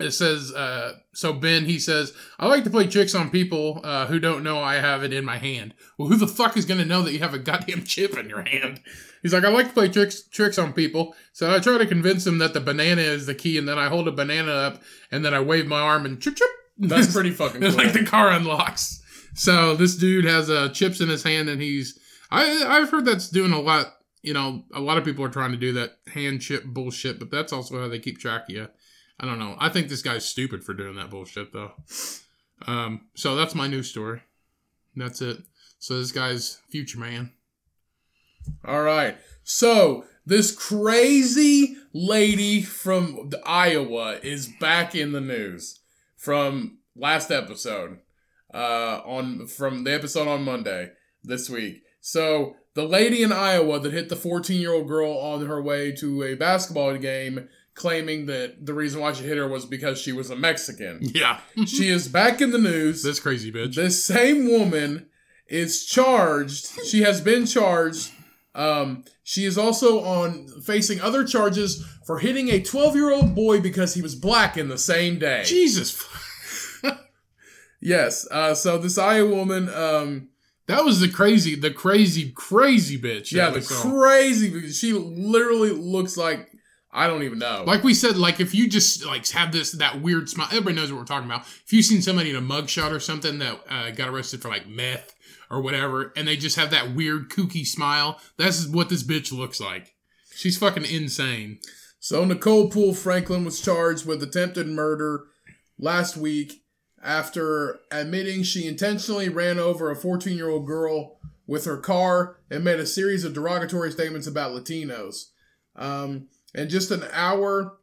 it says uh, so. Ben he says I like to play tricks on people uh, who don't know I have it in my hand. Well, who the fuck is gonna know that you have a goddamn *laughs* chip in your hand? He's like, I like to play tricks tricks on people, so I try to convince them that the banana is the key, and then I hold a banana up, and then I wave my arm *laughs* and chip chip. That's pretty fucking cool. It's *laughs* like the car unlocks. So this dude has uh, chips in his hand, and he's I I've heard that's doing a lot. You know, a lot of people are trying to do that hand chip bullshit, but that's also how they keep track of you. I don't know. I think this guy's stupid for doing that bullshit though. Um, so that's my news story. That's it. So this guy's future man. All right. So this crazy lady from the- Iowa is back in the news from last episode uh, on from the episode on Monday this week. So the lady in Iowa that hit the 14 year old girl on her way to a basketball game, claiming that the reason why she hit her was because she was a Mexican. *laughs* Yeah. she is back in the news. This crazy bitch. This same woman is charged. She has been charged. Um, she is also on facing other charges for hitting a 12 year old boy because he was black in the same day. Jesus. Yes. Uh, so this Iowa woman, um, That was the crazy, the crazy, crazy bitch. yeah, that the we saw. crazy. She literally looks like I don't even know. like we said, like if you just like have this that weird smile, everybody knows what we're talking about. If you've seen somebody in a mugshot or something that uh, got arrested for like meth or whatever, and they just have that weird kooky smile, that's what this bitch looks like. She's fucking insane. So Nicole Poole Franklin was charged with attempted murder last week after admitting she intentionally ran over a 14 year old girl with her car and made a series of derogatory statements about Latinos. Um, and just an hour,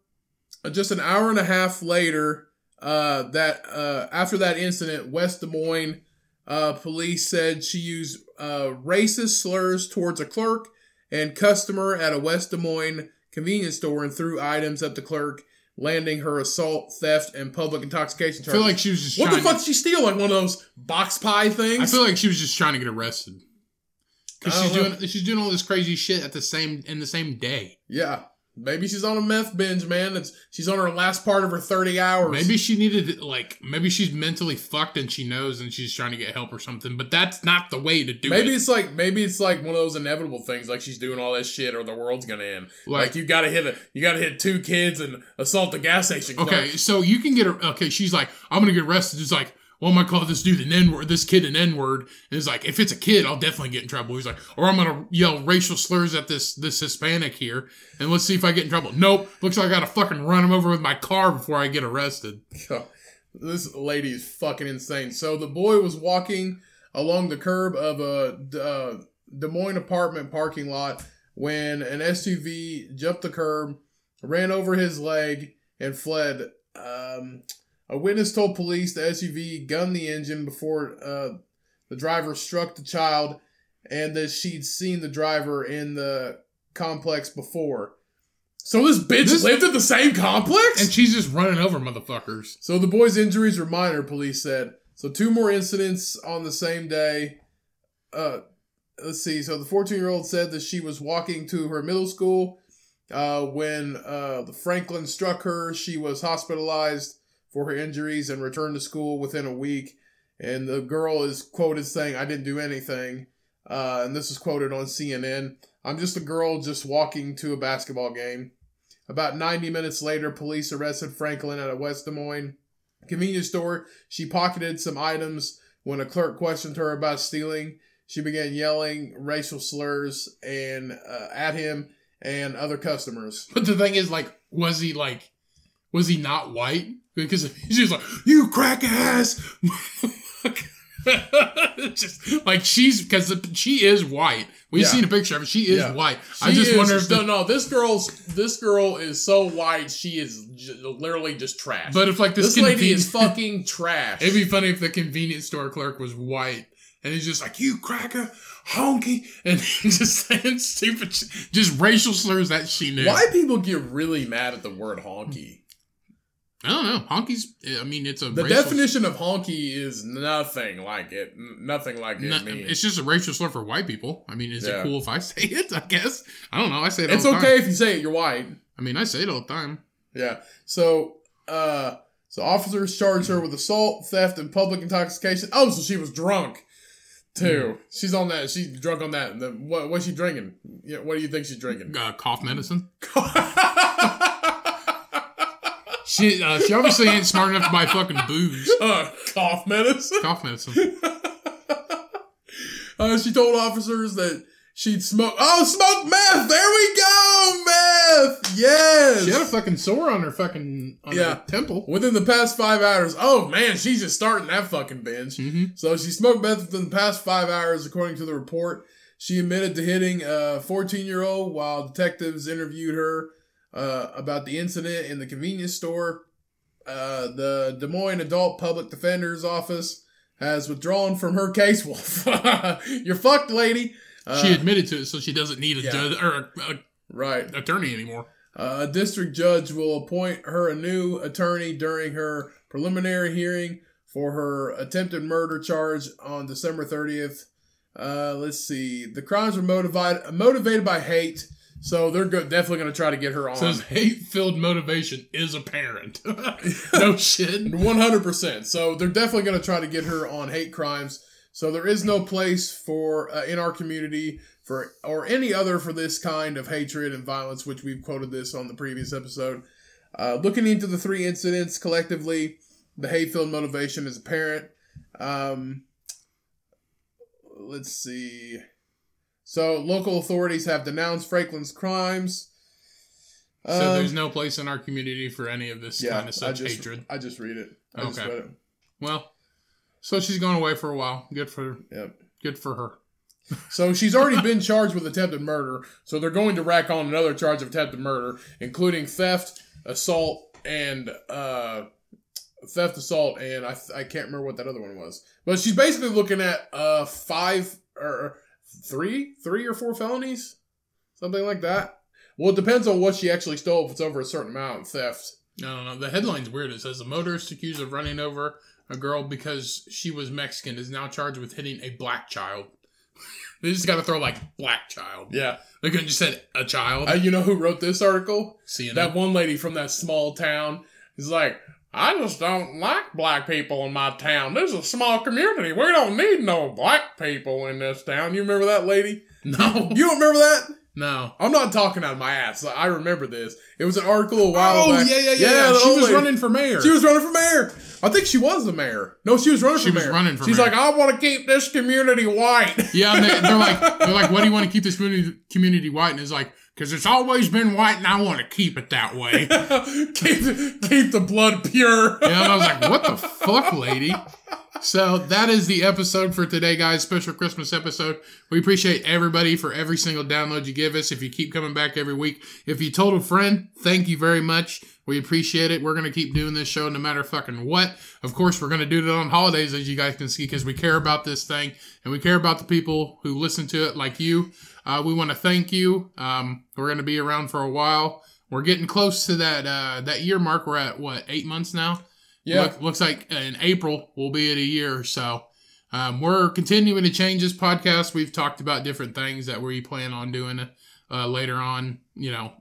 just an hour and a half later, uh, that uh, after that incident, West Des Moines uh, police said she used uh, racist slurs towards a clerk and customer at a West Des Moines convenience store and threw items at the clerk, landing her assault, theft, and public intoxication I charges. feel like she was just. what the trying to- fuck did she steal? Like one of those box pie things? I feel like she was just trying to get arrested. Cause I she's don't know. doing she's doing all this crazy shit at the same in the same day. yeah. Maybe she's on a meth binge, man. It's, she's on her last part of her 30 hours. Maybe she needed like maybe she's mentally fucked and she knows and she's trying to get help or something. But that's not the way to do maybe it. it's like maybe it's like one of those inevitable things like she's doing all this shit or the world's gonna end like, Like, you gotta hit a you gotta hit two kids and assault the gas station clerk. okay, so you can get her. Okay, she's like, I'm gonna get arrested. It's like, well, I'm gonna call this dude an N word, this kid an N word. And it's like, if it's a kid, I'll definitely get in trouble. He's like, or I'm gonna yell racial slurs at this this Hispanic here, and let's see if I get in trouble. Nope, looks like I gotta fucking run him over with my car before I get arrested. this lady is fucking insane so the boy was walking along the curb of a D- uh, des moines apartment parking lot when an suv jumped the curb ran over his leg and fled um, a witness told police the suv gunned the engine before uh, the driver struck the child and that she'd seen the driver in the complex before so this bitch This- lived at the same complex And she's just running over motherfuckers. so the boy's injuries were minor, police said. So two more incidents on the same day. Uh, let's see. So the 14 year old said that she was walking to her middle school uh, when uh, the Franklin struck her. She was hospitalized for her injuries and returned to school within a week. And the girl is quoted saying, "I didn't do anything." Uh, and this is quoted on CNN. I'm just a girl just walking to a basketball game. About 90 minutes later, police arrested Franklin at a West Des Moines convenience store. She pocketed some items when a clerk questioned her about stealing. She began yelling racial slurs and uh, at him and other customers. But the thing is, like, was he like, was he not white? Because *laughs* she's like, you crack ass. *laughs* just like she's because she is white. We've Yeah. seen a picture of her. She is Yeah. white. I She just is- wonder if. no, The, no. This girl's this girl is so white. She is j- literally just trash. but if like this, this lady conven- *laughs* is fucking trash. It'd be funny if the convenience store clerk was white and he's just like, you cracker, honky, and *laughs* just saying stupid, sh- just racial slurs that she knew. Why people get really mad at the word honky? I don't know. Honky's. I mean, it's a The racial definition of honky is nothing like it. n- Nothing like it No, means. it's just a racial slur for white people. I mean, is Yeah. it cool if I *laughs* say it? I guess I don't know. I say it. All It's the okay Time. if you say it. You're white. I mean, I say it all the time. Yeah. So, uh, so officers charged her with assault, theft, and public intoxication. Oh, so she was drunk too. Hmm. She's on that. She's drunk on that. The, what? What's she drinking? Yeah. What do you think she's *laughs* drinking? *laughs* Uh, cough medicine. She uh, she obviously ain't smart enough to buy fucking booze. uh, cough medicine. Cough medicine. Uh, she told officers that she'd smoke. Oh, smoke meth. There we go, death. Yes. She had a fucking sore on her fucking on Yeah. her temple. Within the past five hours. Oh man, she's just starting that fucking binge. Mm-hmm. So she smoked meth within the past five hours, according to the report. She admitted to hitting a 14 year old while detectives interviewed her uh, about the incident in the convenience store. Uh, the Des Moines Adult Public Defender's Office has withdrawn from her case. *laughs* Wolf, you're fucked, lady. Uh, she admitted to it, so she doesn't need a yeah. judge or a, right. a attorney anymore. Uh, a district judge will appoint her a new attorney during her preliminary hearing for her attempted murder charge on December 30th. Uh, let's see. The crimes were motivated motivated by hate, so they're go- definitely going to try to get her on. Says hate-filled motivation is *laughs* apparent. *laughs* no shit. 100%. So they're definitely going to try to get her on hate crimes. So there is no place for uh, in our community for or any other for this kind of hatred and violence, which we've quoted this on the previous episode. Uh, looking into the three incidents collectively, the hate-filled motivation is apparent. Um, let's see. So local authorities have denounced Franklin's crimes. so Um, there's no place in our community for any of this yeah, kind of such I just, hatred. I just read it. I just Okay. read it. Well, so she's gone away for a while. Good for Yep. good for her. So she's already been charged with attempted murder, so they're going to rack on another charge of attempted murder, including theft, assault, and uh, theft, assault, and I, I can't remember what that other one was. But she's basically looking at uh five or three, three or four felonies, something like that. Well, it depends on what she actually stole. If it's over a certain amount of theft, I don't know. The headline's weird. It says a motorist accused of running over a girl because she was Mexican is now charged with hitting a black child. *laughs* they just got to throw like black child. yeah. They couldn't just said a child. Uh, you know who wrote this article? CNN. That one lady from that small town is like, I just don't like black people in my town. This is a small community. We don't need no black people in this town. You remember that lady? *laughs* no, You don't remember that? no. I'm not talking out of my ass. I remember this. It was an article a while Oh, back. the she old was lady. running for mayor. She was running for mayor. I think she was the mayor. No, she was running She for was mayor. running for She's mayor. like, I want to keep this community white. *laughs* yeah, and they, they're like, they're like, what do you want to keep this community, community white? And it's like, because it's always been white, and I want to keep it that way. Yeah, keep, keep the blood pure. and I was like, what *laughs* the fuck, lady? So that is the episode for today, guys. Special Christmas episode. We appreciate everybody for every single download you give us. If you keep coming back every week, if you told a friend, thank you very much. We appreciate it. We're gonna keep doing this show no matter fucking what. Of course, we're gonna do it on holidays, as you guys can see, because we care about this thing and we care about the people who listen to it, like you. Uh, we want to thank you. Um, we're gonna be around for a while. We're getting close to that uh, that year mark. We're at what eight months now. Yeah. Look- looks like in April we'll be at a year or so. Um, we're continuing to change this podcast. We've talked about different things that we plan on doing uh, later on, you know,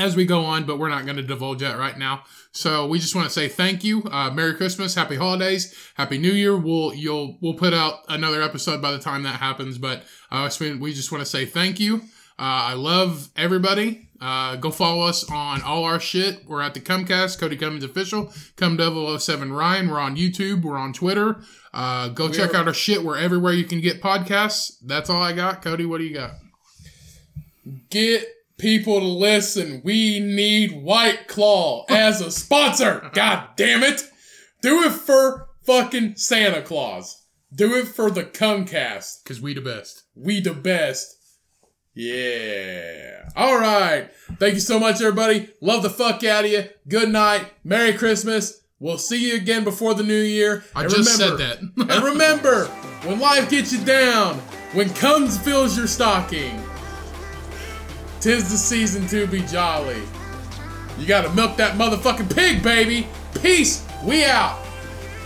as we go on, but we're not going to divulge that right now. So we just want to say thank you. Uh, Merry Christmas, Happy Holidays, Happy New Year. We'll you'll we'll put out another episode by the time that happens, but uh, so we- we just want to say thank you. Uh, I love everybody. Uh, go follow us on all our shit. We're at the Comcast, Cody Cummins Official, Cum 007 Ryan. We're on YouTube. We're on Twitter. Uh, go We check are- out our shit. We're everywhere you can get podcasts. That's all I got. Cody, what do you got? get people to listen. We need White Claw as a sponsor. God damn it. Do it for fucking Santa Claus. Do it for the Comcast. Because we the best. We the best. Yeah. All right. Thank you so much, everybody. Love the fuck out of you. Good night. Merry Christmas. We'll see you again before the new year. I And just remember- said that. *laughs* and remember, when life gets you down, when comes fills your stocking, tis the season to be jolly. You gotta milk that motherfucking pig, baby. Peace. We out.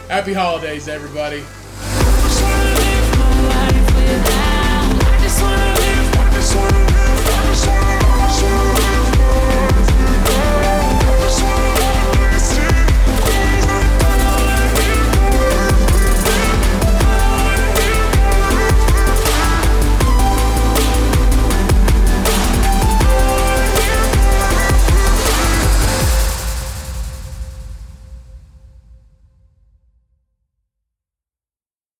Happy holidays, everybody. I just wanna live my life without. I just wanna